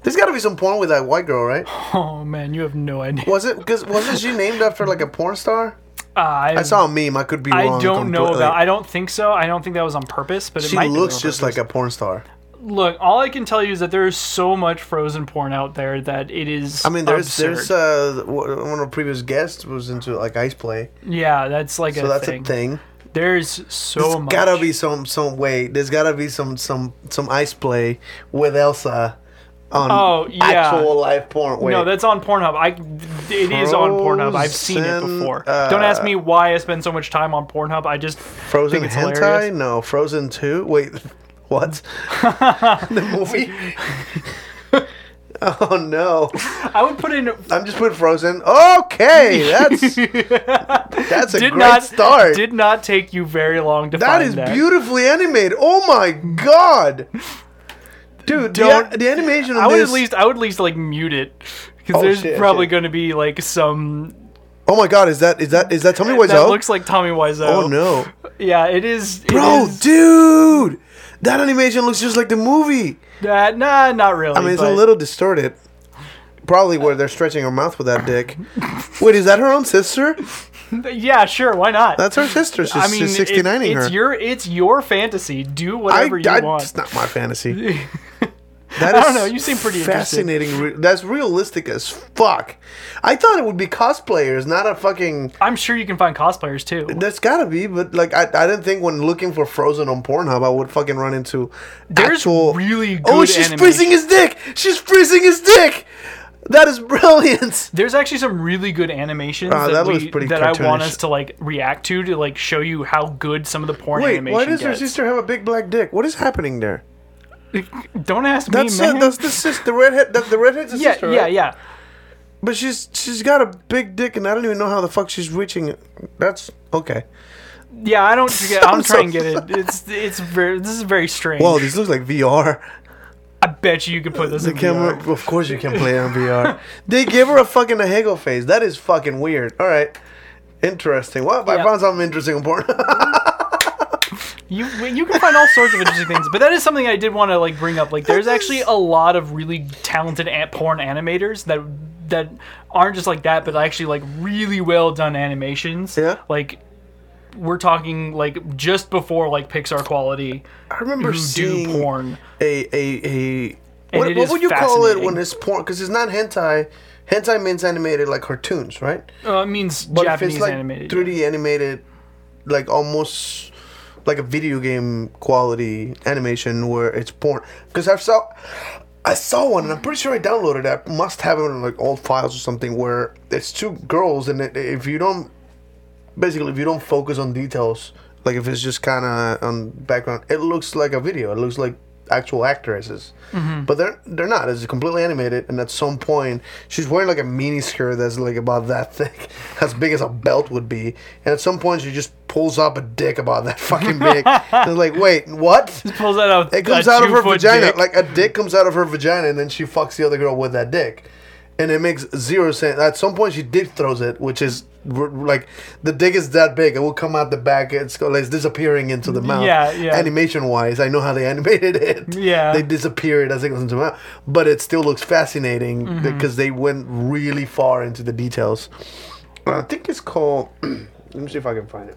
S7: There's got to be some porn with that white girl, right?
S8: oh man, you have no idea.
S7: Was it? Because wasn't she named after like a porn star?
S8: I,
S7: I saw a meme. I could be
S8: I
S7: wrong.
S8: don't know
S7: completely.
S8: about. I don't think so. I don't think that was on purpose, but it
S7: She
S8: might
S7: looks
S8: be on
S7: just
S8: purpose.
S7: like a porn star.
S8: Look, all I can tell you is that there is so much frozen porn out there that it is.
S7: I mean, there's
S8: absurd.
S7: there's uh wh- one of the previous guests was into like ice play,
S8: yeah, that's like
S7: so
S8: a,
S7: that's
S8: thing.
S7: a thing.
S8: There's so
S7: There's
S8: much.
S7: gotta be some some way. There's gotta be some some some ice play with Elsa on
S8: Oh, yeah.
S7: actual live porn. Wait,
S8: No, that's on Pornhub. I it is on Pornhub. I've seen it
S7: Frozen,
S8: before.
S7: uh,
S8: Don't ask me why I spend so much time on Pornhub. I just
S7: Frozen
S8: think it's
S7: hentai?
S8: hilarious.
S7: No, Frozen two. Wait, [laughs]
S8: [laughs]
S7: what? the movie. [laughs] oh no.
S8: I would put in
S7: I'm just putting Frozen.
S8: [laughs]
S7: Okay, that's that's a great start.
S8: Did not take you very long to
S7: that
S8: find
S7: is
S8: that.
S7: beautifully animated. Oh my god, dude! The,
S8: Don't-
S7: the animation.
S8: I
S7: on
S8: would
S7: this,
S8: at least I would at least like mute it because
S7: Oh,
S8: there's
S7: shit,
S8: probably
S7: shit.
S8: going to be like some
S7: Oh my god, is that is that is that Tommy Wiseau?
S8: that looks like Tommy Wiseau.
S7: oh no,
S8: Yeah, it is. it
S7: bro,
S8: is
S7: dude, that animation looks just like the movie.
S8: that uh, nah, not really.
S7: I mean, it's a
S8: but-
S7: little distorted. Probably where they're stretching her mouth with that dick. Wait, is that her own sister?
S8: Yeah, sure. Why not?
S7: That's her sister. She's,
S8: I mean,
S7: she's
S8: it-
S7: 69ing her.
S8: it's your it's your fantasy. Do
S7: I,
S8: whatever you
S7: I-
S8: want.
S7: It's not
S8: [laughs]
S7: my fantasy. That
S8: I
S7: is
S8: don't know, you seem pretty interested.
S7: fascinating. Re- that's realistic as fuck. I thought it would be cosplayers, not a fucking.
S8: I'm sure you can find cosplayers too.
S7: That's gotta be, but like I, I didn't think when looking for Frozen on Pornhub, I would fucking run into
S8: There's
S7: actual.
S8: really
S7: oh,
S8: good
S7: she's
S8: animation.
S7: freezing his dick. She's freezing his dick. That is [laughs] brilliant.
S8: There's actually some really good animations
S7: Ah,
S8: that,
S7: that
S8: we,
S7: looks pretty
S8: that I want
S7: cartoonish.
S8: us to like react to to like show you how good some of the porn
S7: Wait,
S8: animation
S7: why does her
S8: gets.
S7: sister have a big black dick? What is happening there?
S8: Don't ask
S7: That's
S8: me,
S7: uh,
S8: man.
S7: that's the sister, the redhead, the, the redhead's the
S8: yeah,
S7: sister.
S8: yeah,
S7: right?
S8: yeah.
S7: But she's she's got a big dick, and I don't even know how the fuck she's reaching. it. That's okay.
S8: Yeah, I don't forget.
S7: [laughs]
S8: I'm
S7: I'm
S8: trying to
S7: so-
S8: get it. It's it's very this is very strange.
S7: Well, this looks like VR.
S8: I bet you you could put this
S7: The
S8: in
S7: camera,
S8: VR.
S7: of course, you can play on VR. [laughs] They give her a fucking a hegel face. That is fucking weird. All right, interesting. Well,
S8: Yeah.
S7: I found something interesting on porn. [laughs]
S8: You you can find all sorts of interesting things, but that is something I did want to like bring up. Like, there's actually a lot of really talented an- porn animators that that aren't just like that, but actually like really well done animations.
S7: Yeah.
S8: Like, we're talking like just before like Pixar quality
S7: I remember
S8: who do
S7: seeing
S8: porn.
S7: a a a.
S8: And
S7: What,
S8: it
S7: what
S8: is
S7: would you call it when
S8: fascinating.
S7: it's porn? Because it's not hentai. Hentai means animated like cartoons, right?
S8: Uh, it means
S7: But
S8: Japanese
S7: if it's like
S8: animated.
S7: 3D animated, like almost like a video game quality animation where it's porn. Because I saw, I saw one, and I'm pretty sure I downloaded that. Must have it on like old files or something. Where it's two girls, and it, if you don't, basically, if you don't focus on details Like if it's just kind of on background, it looks like a video. It looks like actual actresses, but they're they're not. It's completely animated, and at some point she's wearing like a mini skirt that's like about that thick, [laughs] as big as a belt would be. And at some point she just pulls up a dick about that fucking big. and it's like, wait, what?
S8: Pulls that out.
S7: It comes out of her vagina. Like a dick comes out of her vagina, and then she fucks the other girl with that dick. And it makes zero sense. At some point, she dick throws it, which is r- like the dick is that big. It will come out the back. It's, go- like, it's disappearing into the mouth.
S8: Yeah, yeah.
S7: Animation wise, I know how they [laughs] animated it.
S8: Yeah.
S7: They disappear it as it goes into the mouth. But it still looks fascinating
S8: Mm-hmm.
S7: because they went really far into the details. I think it's called. [clears throat] Let me see if I can find it.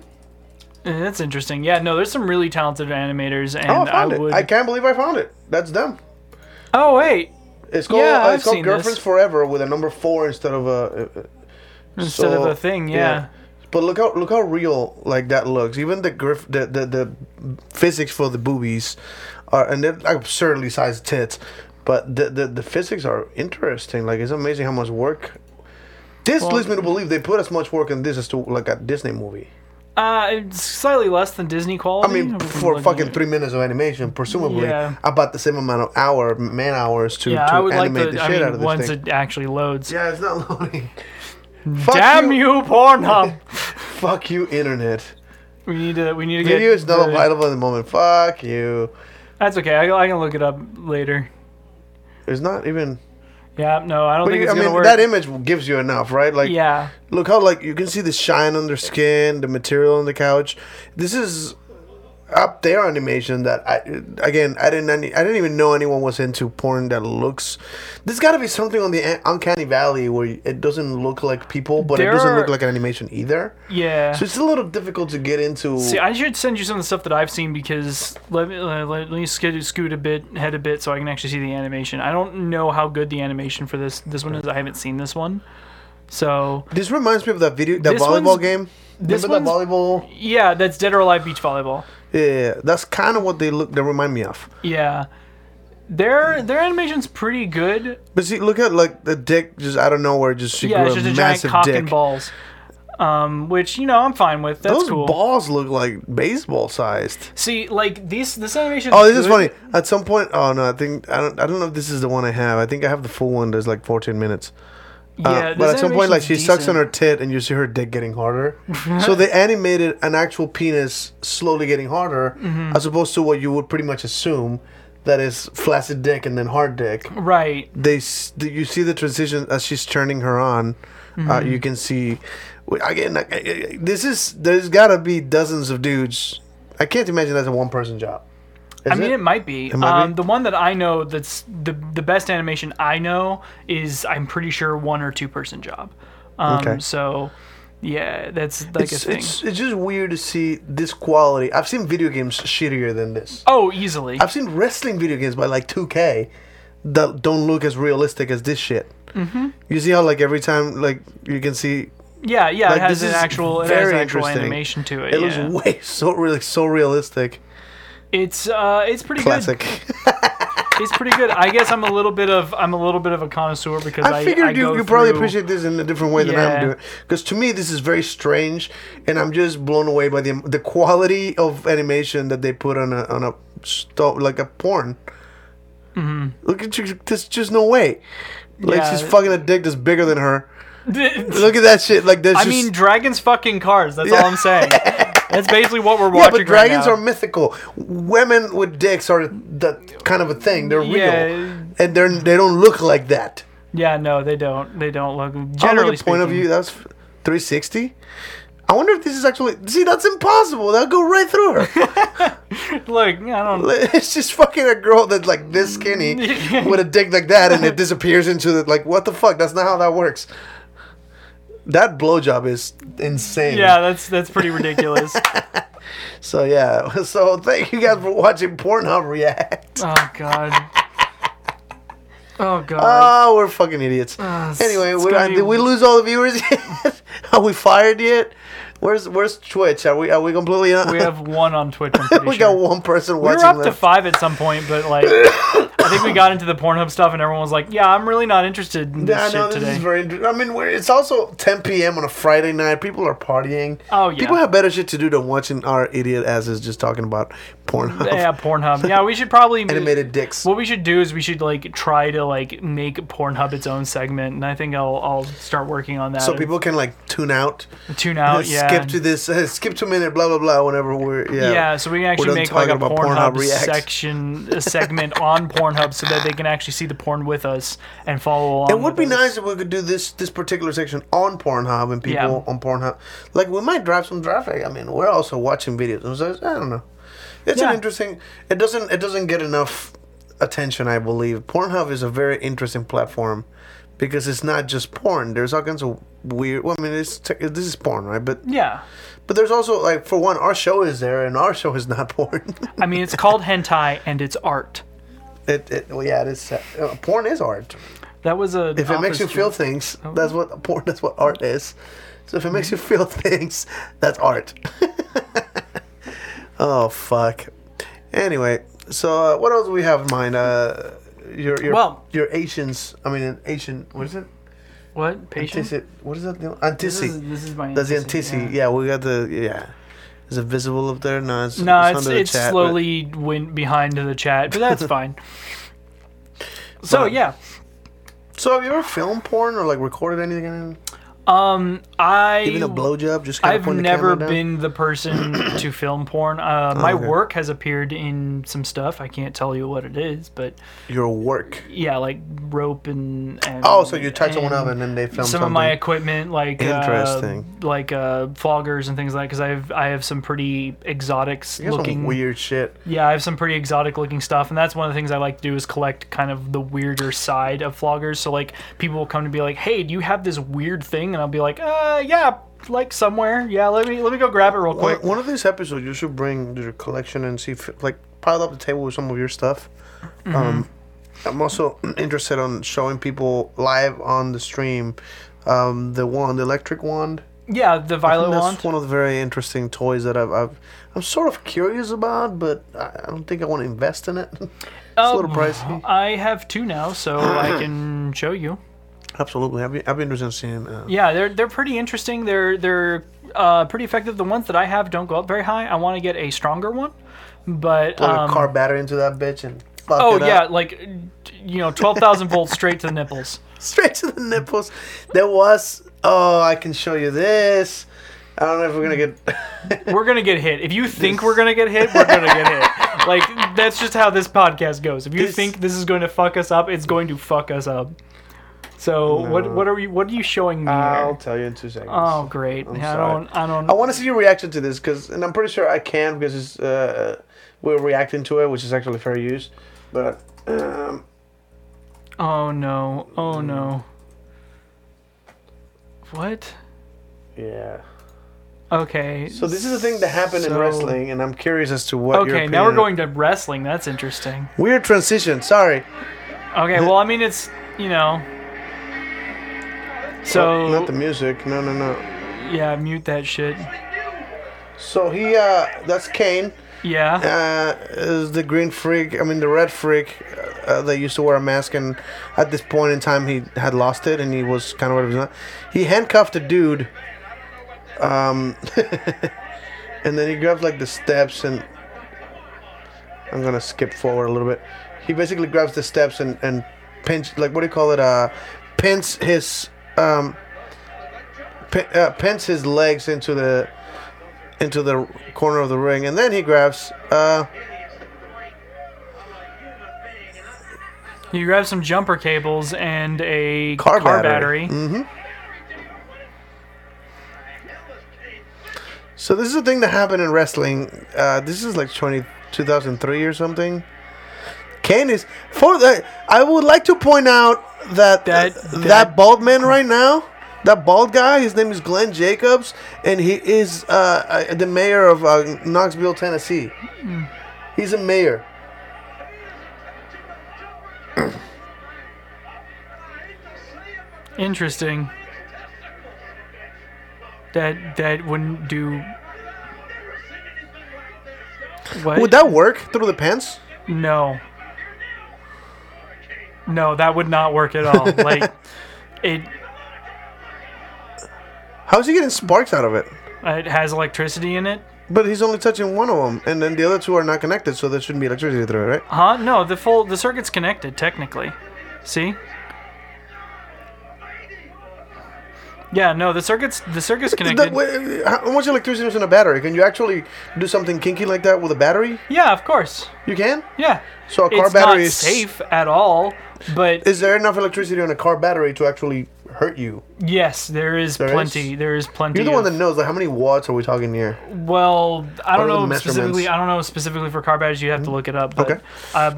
S8: Eh, That's interesting. Yeah, no, there's some really talented animators, and
S7: Oh, I
S8: I
S7: found it.
S8: would.
S7: I can't believe I found it. That's them.
S8: Oh wait,
S7: It's called,
S8: Yeah,
S7: uh, it's
S8: I've
S7: called
S8: seen
S7: Girlfriends
S8: this.
S7: Forever with a number four instead of a. uh, uh,
S8: instead
S7: so-
S8: of a thing, yeah.
S7: But look how look how real like that looks. Even the griff the the, the physics for the boobies, are and they're absurdly sized tits, but the, the the physics are interesting. Like it's amazing how much work. This leads me to believe they put as much work in this as to like a Disney movie.
S8: Uh, it's slightly less than Disney
S7: I
S8: quality.
S7: mean,
S8: from
S7: for
S8: looking
S7: fucking
S8: at-
S7: three minutes of animation, presumably
S8: Yeah.
S7: about the same amount of hour man hours to,
S8: Yeah,
S7: to
S8: I would like
S7: animate
S8: the,
S7: the
S8: I
S7: shit
S8: mean,
S7: out of this
S8: once
S7: thing.
S8: it actually loads.
S7: yeah, it's not [laughs] loading.
S8: Damn you,
S7: [laughs]
S8: Pornhub!
S7: Fuck you, internet.
S8: we need to. We need to get.
S7: Video is not
S8: the-
S7: available at the moment. Fuck you.
S8: That's okay. I, I can look it up later.
S7: It's not even.
S8: Yeah, no, I don't
S7: But
S8: think
S7: you,
S8: it's
S7: I
S8: gonna
S7: mean,
S8: work.
S7: that image gives you enough, right? Like,
S8: yeah,
S7: look how like you can see the shine on their skin, the material on the couch. This is up there animation that I again I didn't any, I didn't even know anyone was into porn that looks. There's got to be something on the un- uncanny valley where it doesn't look like people, but
S8: There
S7: it doesn't look
S8: are-
S7: like an animation either.
S8: yeah.
S7: So it's a little difficult to get into.
S8: See, I should send you some of the stuff that I've seen because let me let, let me scoot, scoot a bit head a bit so I can actually see the animation. I don't know how good the animation for this this one is. I haven't seen this one, so
S7: this reminds me of that video, that
S8: This
S7: volleyball
S8: one's-
S7: game.
S8: this
S7: Remember
S8: one's-
S7: that volleyball?
S8: yeah, that's Dead or Alive beach volleyball.
S7: Yeah, that's kind of what they look. They remind me of.
S8: Yeah, their their animation's pretty good.
S7: But see, look at like the dick just out of nowhere. Just she
S8: Yeah, it's
S7: grew
S8: just
S7: a,
S8: a giant
S7: massive
S8: cock
S7: dick.
S8: and balls, um, which you know I'm fine with. That's
S7: Those
S8: cool.
S7: balls look like baseball sized.
S8: see, like these this animation.
S7: Oh, this is funny. At some point, oh no, I think I don't. I don't know if this is the one I have. I think I have the full one. That's like 14 minutes.
S8: Yeah,
S7: Uh, but
S8: this
S7: at some point, like she
S8: animation's
S7: sucks on
S8: decent.
S7: her tit, and you see her dick
S8: [laughs]
S7: getting harder. so they animated an actual penis slowly getting harder,
S8: Mm-hmm.
S7: as opposed to what you would pretty much assume that is flaccid dick and then hard dick.
S8: Right.
S7: they s- the- you see the transition as she's turning her on uh,
S8: Mm-hmm.
S7: you can see w- again like, I- I- this is there's gotta be dozens of dudes i can't imagine that's a one person job
S8: I mean, it, might be.
S7: might
S8: um,
S7: be?
S8: The one that I know that's the the best animation I know is I'm pretty sure one or two person job. Um,
S7: Okay.
S8: So, yeah, that's like a
S7: it's,
S8: thing.
S7: it's, it's just weird to see this quality i've seen video games shittier than this
S8: Oh, easily.
S7: i've seen wrestling video games by like 2k that don't look as realistic as this shit mm-hmm. you see how like every time like you can see
S8: yeah, yeah.
S7: like,
S8: it has
S7: this
S8: an
S7: is
S8: actual, it has
S7: very
S8: actual
S7: interesting.
S8: animation to it.
S7: it
S8: yeah.
S7: looks way [laughs] so really so realistic
S8: it's uh, it's pretty
S7: classic
S8: good. It's pretty good. I guess I'm a little bit of I'm a little bit of a connoisseur because I,
S7: I figured you,
S8: go
S7: you probably
S8: through-
S7: appreciate this in a different way than
S8: Yeah.
S7: I'm doing. Because to me, this is very strange, and I'm just blown away by the the quality of animation that they put on a on a sto- like a porn. Look at you. There's just no way. Like
S8: Mm-hmm. Yeah.
S7: she's fucking a dick that's bigger than her. Look at that shit. Like that's
S8: [laughs] I
S7: just.
S8: mean, dragons fucking cars. That's all I'm
S7: [laughs]
S8: saying. That's basically what we're
S7: yeah,
S8: watching.
S7: but dragons
S8: right now.
S7: are mythical. Women with dicks are that kind of a thing. They're
S8: Yeah.
S7: real, and they're they don't look like that.
S8: Yeah, no, they don't. They don't look.
S7: I don't
S8: Generally
S7: like a point of
S8: speaking.
S7: view. That's 360. I wonder if this is actually. See, that's impossible. That'll go right
S8: [laughs]
S7: through her.
S8: Look, I
S7: [laughs]
S8: don't.
S7: it's just fucking a girl that's like this
S8: [laughs]
S7: skinny with a dick like that, and it disappears into the like. What the fuck? That's not how that works. That blowjob is insane.
S8: Yeah, that's that's pretty ridiculous.
S7: So yeah. [laughs] So thank you guys for watching Pornhub react.
S8: [laughs] oh god. Oh god.
S7: Oh, we're fucking idiots.
S8: Ah, it's-
S7: anyway,
S8: it's
S7: we,
S8: gonna
S7: uh,
S8: be-
S7: [laughs] did we lose all the viewers yet? Are we fired yet? Where's Where's Twitch? Are we Are we completely? Not-
S8: We have one on Twitch. I'm pretty
S7: [laughs] we
S8: sure.
S7: got one person
S8: We
S7: watching.
S8: were up to
S7: left.
S8: five at some point, but like, I think we got into the Pornhub stuff, and everyone was like, "Yeah, I'm really not interested in this
S7: Yeah, I
S8: shit
S7: know this
S8: today."
S7: is very. inter- I mean, we're, it's also 10 p.m. on a Friday night. People are partying.
S8: Oh, yeah.
S7: People have better shit to do than watching our idiot asses just talking about Pornhub.
S8: yeah, Pornhub. Yeah, we should probably
S7: [laughs] Animated dicks.
S8: What we should do is we should like try to like make Pornhub its own segment, and I think I'll I'll start working on that.
S7: so
S8: and
S7: people can like tune out,
S8: tune out, Oh, yeah,
S7: [laughs] skip
S8: and-
S7: to this, uh, skip to minute, blah blah blah. Whenever we're yeah,
S8: yeah. so we can
S7: done
S8: actually make like a
S7: talking about
S8: Pornhub,
S7: Pornhub Reacts.
S8: section a segment on Pornhub so that they can actually see the porn with us and follow along.
S7: It
S8: with
S7: would be
S8: us.
S7: nice if we could do this this particular section on Pornhub and people
S8: Yeah.
S7: on Pornhub. Like we might drive some traffic. I mean, we're also watching videos. So it's- I don't know. It's
S8: Yeah.
S7: an interesting. It doesn't it doesn't get enough attention. I believe Pornhub is a very interesting platform because it's not just porn. There's all kinds of weird. Well, I mean, it's tech- this is porn, right? But
S8: Yeah,
S7: but there's also like for one, our show is there, and our show is not [laughs] porn.
S8: I mean it's called hentai and it's art.
S7: it, it well, yeah, it is. Uh, porn is art.
S8: That was a.
S7: If it makes you feel things,
S8: Oh.
S7: that's what [laughs] porn. That's what art is. So if it makes you
S8: Mm-hmm.
S7: feel things, that's art. [laughs] oh fuck. Anyway, so uh, what else do we have in mind? Uh, your your
S8: Well-
S7: your Asians. I mean, an Asian. What is it?
S8: what patient?
S7: Antisi- what is that? name?
S8: This is,
S7: Antisi.
S8: this is my.
S7: That's the
S8: antisi,
S7: Antisi. Yeah. we got the yeah. Is it visible up there? No, it's,
S8: No,
S7: it's
S8: it's
S7: under
S8: it's
S7: the chat, but-
S8: slowly went behind to the chat, but
S7: [laughs]
S8: that's fine. So
S7: But-
S8: yeah,
S7: So have you ever filmed porn or like recorded anything? in it?
S8: I
S7: Even a blowjob? Just kind of
S8: I've
S7: point the
S8: never
S7: camera down?
S8: been the
S7: [coughs]
S8: person to film porn. Uh,
S7: Oh,
S8: my work has appeared in some stuff. I can't tell you what it is, but
S7: Your work.
S8: yeah, like rope and, and
S7: Oh, so you tied someone up and then they
S8: some
S7: filmed
S8: of my
S7: something.
S8: equipment, like
S7: Interesting.
S8: uh, like uh, floggers and things like, because I've I have some pretty exotic
S7: You got
S8: looking
S7: some weird shit.
S8: Yeah, I have some pretty exotic looking stuff, and that's one of the things I like to do is collect kind of the weirder side of floggers. So like people will come to be like, "Hey, do you have this weird thing?" And I'll be like, "Uh, yeah, like somewhere. Yeah, let me let me go grab it real quick."
S7: One, one of these episodes, you should bring your collection and see if, like, pile up the table with some of your stuff.
S8: Mm-hmm.
S7: Um, I'm also [clears throat] interested on showing people live on the stream um, the wand, the electric wand.
S8: Yeah, the
S7: I
S8: violet
S7: think
S8: wand.
S7: That's one of the very interesting toys that I've, I've I'm sort of curious about, but I I don't think I want to invest in it. [laughs] it's a little
S8: Um,
S7: pricey.
S8: I have two now, so I
S7: [clears throat]
S8: can show you.
S7: Absolutely, I'd be, I'd be interested in seeing. Uh,
S8: Yeah, they're they're pretty interesting. They're they're uh, pretty effective. The ones that I have don't go up very high. I want to get a stronger one, but
S7: plug
S8: um,
S7: a car battery into that bitch and fuck
S8: oh
S7: it up.
S8: yeah, like you know, twelve thousand volts straight to the nipples.
S7: straight to the nipples. There was. Oh, I can show you this. I don't know if we're
S8: [laughs]
S7: gonna get.
S8: We're gonna get hit. If you think we're gonna get hit, we're gonna get hit. Like that's just how this podcast goes. If you
S7: This-
S8: think this is going to fuck us up, it's going to fuck us up. So what what are we what are you showing me?
S7: I'll
S8: here?
S7: tell you in two seconds.
S8: Oh great! I
S7: sorry.
S8: don't I don't.
S7: I want to see your reaction to this because, and I'm pretty sure I can because it's, uh, we're reacting to it, which is actually fair use. But um,
S8: Oh no! Oh no!
S7: Mm.
S8: What?
S7: yeah.
S8: Okay.
S7: So this is a thing that happened in
S8: So-
S7: wrestling, and I'm curious as to what. your
S8: okay, now
S7: opinion-
S8: we're going to wrestling. That's interesting.
S7: Weird transition. Sorry.
S8: Okay, well I mean it's you know.
S7: Oh,
S8: So
S7: not the music. No, no, no.
S8: yeah, mute that shit.
S7: So he, uh, that's Kane.
S8: Yeah.
S7: uh, is the green freak. I mean, the red freak uh, that used to wear a mask, and at this point in time, he had lost it, and he was kind of what he was not. He handcuffed a dude, um, [laughs] and then he grabbed like the steps, and I'm gonna skip forward a little bit. He basically grabs the steps and and pinch like what do you call it? Uh, pins his um, pin, uh, pins his legs into the into the corner of the ring, and then he grabs uh.
S8: You grab some jumper cables and a
S7: Car
S8: car,
S7: battery. Mm.
S8: battery.
S7: So this is a thing that happened in wrestling. Uh, this is like 20, 2003 or something. Kane is for the. I would like to point out that that,
S8: That-
S7: that
S8: that-
S7: bald man right now, that bald guy, his name is Glenn Jacobs, and he is uh, uh, the mayor of uh, Knoxville, Tennessee. He's a mayor.
S8: Interesting. that that wouldn't do. What?
S7: Would that work through the pants?
S8: No. No, that would not work at
S7: [laughs]
S8: all. Like it
S7: How's he getting sparks out of it?
S8: Uh, it has electricity in it.
S7: But he's only touching one of them, and then the other two are not connected, so there shouldn't be electricity through it, right?
S8: Huh? No, the full the circuit's connected technically. See? Yeah, no, the circuit's the circuit's
S7: That-
S8: connected.
S7: wait, how much electricity is in a battery? Can you actually do something kinky like that with a battery?
S8: Yeah, of course.
S7: You can.
S8: Yeah.
S7: So a car
S8: it's
S7: battery
S8: not
S7: is
S8: safe at all, but
S7: Is there enough electricity on a car battery to actually hurt you?
S8: yes, there is
S7: There is?
S8: plenty. There is plenty.
S7: You're the one
S8: of-
S7: that knows. Like, how many watts are we talking here?
S8: Well, I don't
S7: are the
S8: know
S7: measurements? Mm-hmm.
S8: specifically. I don't know specifically for car batteries. You have to look it up. But,
S7: Okay.
S8: Uh,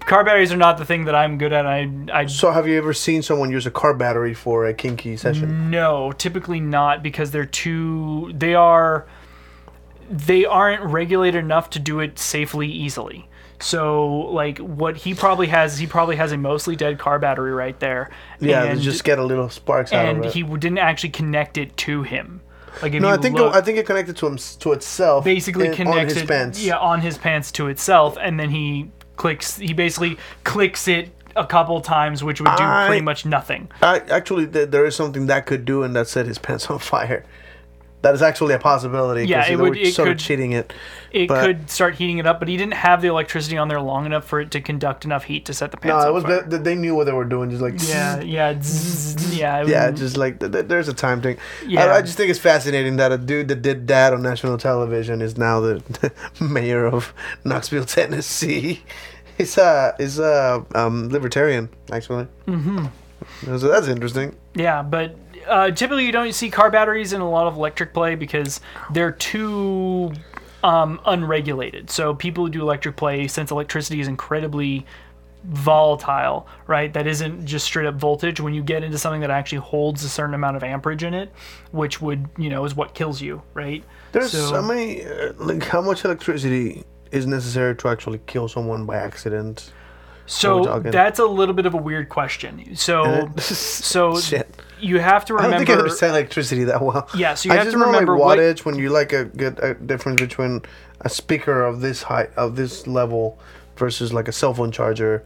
S8: car batteries are not the thing that I'm good at. I I
S7: So, have you ever seen someone use a car battery for a kinky
S8: Mm,
S7: session?
S8: no, typically not because they're too. They are. They aren't regulated enough to do it safely, easily. So, like, what he probably has, he probably has a mostly dead car battery right there.
S7: Yeah, they
S8: and,
S7: just get a little sparks out
S8: and
S7: of it.
S8: he w- didn't actually connect it to him. Like, if
S7: no,
S8: you
S7: I think
S8: look,
S7: it, I think it connected to him to itself.
S8: uh, basically
S7: and-
S8: connects
S7: on his
S8: it,
S7: pants.
S8: yeah, on his pants to itself, and then he clicks. He basically clicks it a couple times, which would do
S7: I-
S8: pretty much nothing.
S7: I, actually, th- there is something that could do, and that set his pants [laughs] on fire. That is actually a possibility. 'cause
S8: Yeah, it
S7: they
S8: would-
S7: Were
S8: it
S7: sort
S8: could-
S7: of cheating it.
S8: It
S7: but-
S8: could start heating it up, but he didn't have the electricity on there long enough for it to conduct enough heat to set the pants. on
S7: No, Uh, it was
S8: fire.
S7: they, they knew what they were doing. Just like
S8: Yeah, yeah, zzz, yeah, it
S7: Yeah,
S8: was-
S7: just like th- th- there's a time thing.
S8: Yeah.
S7: I, I just think it's fascinating that a dude that did that on national television is now the [laughs] mayor of Knoxville, Tennessee. [laughs] He's a he's a um, libertarian actually. Mm-hmm. So that's interesting.
S8: yeah. But uh, typically, you don't see car batteries in a lot of electric play because they're too um, unregulated. So people who do electric play, since electricity is incredibly volatile, right? That isn't just straight up voltage. When you get into something that actually holds a certain amount of amperage in it, which would you know is what kills you, right?
S7: There's
S8: So-
S7: how many uh, like how much electricity is necessary to actually kill someone by accident? we're
S8: So
S7: talking-
S8: that's a little bit of a weird question.
S7: [laughs]
S8: So so
S7: Shit.
S8: you have to
S7: I don't
S8: remember.
S7: think I understand electricity that well.
S8: Yeah, so you
S7: I
S8: have
S7: just
S8: to
S7: know,
S8: remember
S7: like
S8: what-
S7: wattage when you like a good a difference between a speaker of this height of this level versus like a cell phone charger.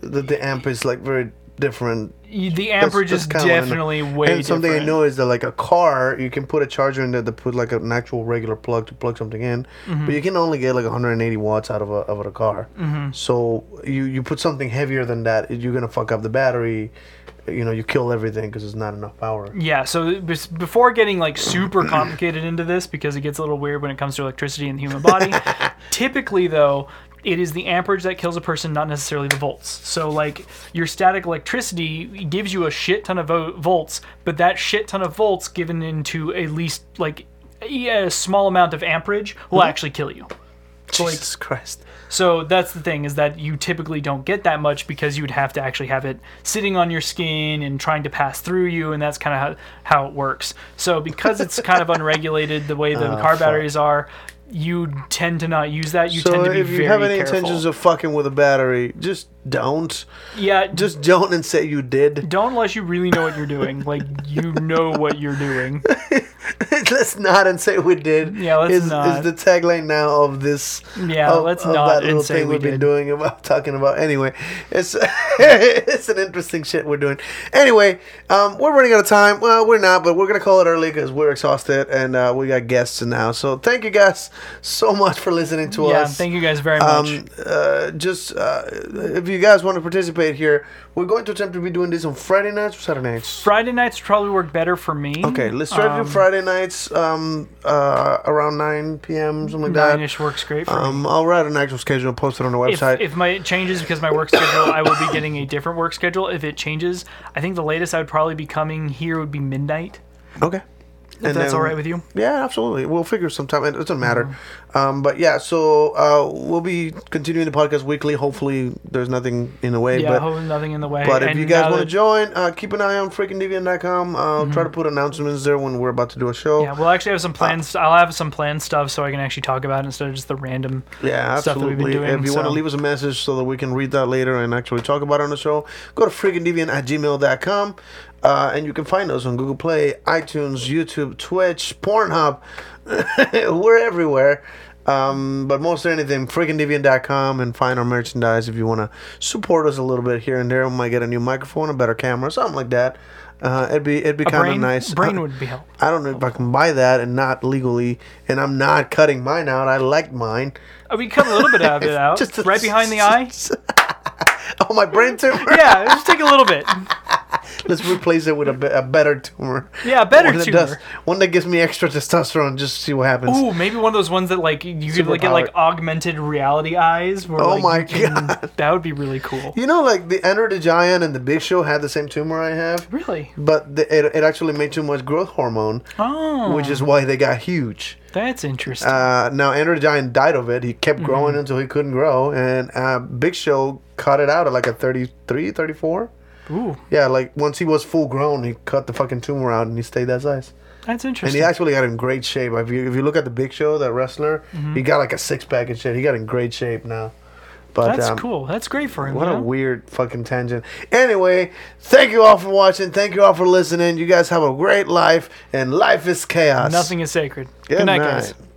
S7: The, the amp is like very different.
S8: the
S7: That's-
S8: amperage
S7: that's
S8: is
S7: kinda what I know.
S8: definitely way
S7: And something
S8: different.
S7: I know is that like a car, you can put a charger in there to put like an actual regular plug to plug something in,
S8: Mm-hmm.
S7: but you can only get like 180 watts out of a of a car.
S8: Mm-hmm.
S7: So you you put something heavier than that, you're gonna fuck up the battery. You know, you kill everything because it's not enough power.
S8: Yeah, so bes- before getting like super complicated into this, because it gets a little weird when it comes to electricity in the human
S7: [laughs]
S8: body, typically though, it is the amperage that kills a person, not necessarily the volts. So, like, your static electricity gives you a shit ton of vo- volts, but that shit ton of volts given into at least like e, a a small amount of amperage
S7: Mm-hmm.
S8: will actually kill you.
S7: Jesus Christ.
S8: So that's the thing is that you typically don't get that much because you would have to actually have it sitting on your skin and trying to pass through you, and that's kind of how, how it works. So because it's kind
S7: [laughs]
S8: of unregulated the way
S7: Ah,
S8: the car batteries are, you tend to not use that. You tend
S7: So
S8: to be
S7: if you
S8: very
S7: have any
S8: careful.
S7: intentions of fucking with a battery, just don't.
S8: yeah, just
S7: Just don't and say you
S8: [laughs]
S7: did. [laughs]
S8: don't unless you really know what you're doing. Like you know what you're
S7: [laughs]
S8: doing.
S7: let's not and say we did.
S8: Yeah, let's
S7: is,
S8: not.
S7: Is the tagline now of this?
S8: Yeah,
S7: of-
S8: let's
S7: of
S8: not
S7: that
S8: and
S7: little
S8: say
S7: thing
S8: we
S7: have been
S8: did.
S7: doing about [laughs] talking about. Anyway, it's [laughs] it's an interesting shit we're doing. Anyway, um, we're running out of time. Well, we're not, but we're gonna call it early because we're exhausted and uh, we got guests now. So thank you guys so much for listening to
S8: Yeah,
S7: us.
S8: thank you guys very much.
S7: Um, uh, just uh, if you guys want to participate here, we're going to attempt to be doing this on Friday nights or Saturday nights.
S8: Friday nights probably work better for me.
S7: Okay, let's try to do Friday nights um, uh, around 9 p.m. something like that.
S8: Nine-ish works great for me.
S7: Um, I'll write an actual schedule, post it on the
S8: if,
S7: website.
S8: if my it changes because my work schedule, I will be getting a different work schedule. If it changes, I think the latest I would probably be coming here would be midnight.
S7: okay. If
S8: If that's all right with you. Mm-hmm.
S7: Yeah, absolutely. We'll figure sometime. It doesn't matter. Um, but yeah, so uh, we'll be continuing the podcast weekly. Hopefully, there's nothing in the way.
S8: Yeah,
S7: but
S8: hopefully nothing in the way.
S7: But if
S8: And
S7: you guys
S8: now
S7: want to
S8: that-
S7: join, uh, keep an eye on freakingdeviant.com. Uh, I'll Try to put announcements there when we're about to do a show.
S8: Mm-hmm. yeah, we'll actually have
S7: uh,
S8: some plans. I'll have some planned stuff so I can actually talk about it instead of just the random.
S7: Yeah,
S8: stuff that
S7: absolutely.
S8: we've been doing,
S7: if you want
S8: so-
S7: to leave us a message so that we can read that later and actually talk about it on the show, go to freakingdeviant at gmail.com. Uh, and you can find us on Google Play, iTunes, YouTube, Twitch, Pornhub. [laughs] We're everywhere. Um, but most of anything, freakingdeviant.com and find our merchandise if you want to support us a little bit here and there. We might get a new microphone, a better camera, something like that. Uh, it'd be it'd be kind of
S8: brain,
S7: nice.
S8: brain would be help.
S7: I don't know if I can buy that and not legally, and I'm not cutting mine out. I like mine.
S8: Uh, we cut a little bit
S7: [laughs]
S8: of it out,
S7: Just a-
S8: right behind the eye.
S7: [laughs] Oh, my brain tumor.
S8: [laughs] Yeah, just take a little bit.
S7: Let's replace it with a, be- a better tumor. [laughs]
S8: Yeah, a better
S7: one that
S8: tumor.
S7: one that gives me extra testosterone just to see what happens.
S8: Ooh, maybe one of those ones that like you could like, get like
S7: Superpowered.
S8: augmented reality eyes. Where,
S7: Oh
S8: like,
S7: my
S8: you can-
S7: [laughs] God.
S8: that would be really cool.
S7: You know, like the Enter the Giant and the Big Show had the same tumor I have,
S8: Really?
S7: but the, it, it actually made too much growth hormone,
S8: Oh,
S7: which is why they got huge.
S8: that's interesting.
S7: Uh, now, Enter the Giant died of it. He
S8: Mm-hmm.
S7: kept growing until he couldn't grow, and uh, Big Show cut it out at like a 33, 34.
S8: Ooh,
S7: Yeah, like once he was full grown, he cut the fucking tumor out and he stayed that size.
S8: that's
S7: And
S8: interesting.
S7: he actually got in great shape. If you, if you look at the Big Show, that wrestler,
S8: Mm-hmm.
S7: he got like a six pack and shit. He got in great shape now. But
S8: that's
S7: um,
S8: cool. That's great for him.
S7: What
S8: you
S7: a
S8: know?
S7: weird fucking tangent. Anyway, thank you all for watching. Thank you all for listening. You guys have a great life, and life is chaos.
S8: Nothing is sacred.
S7: Good,
S8: Good night,
S7: night.
S8: guys.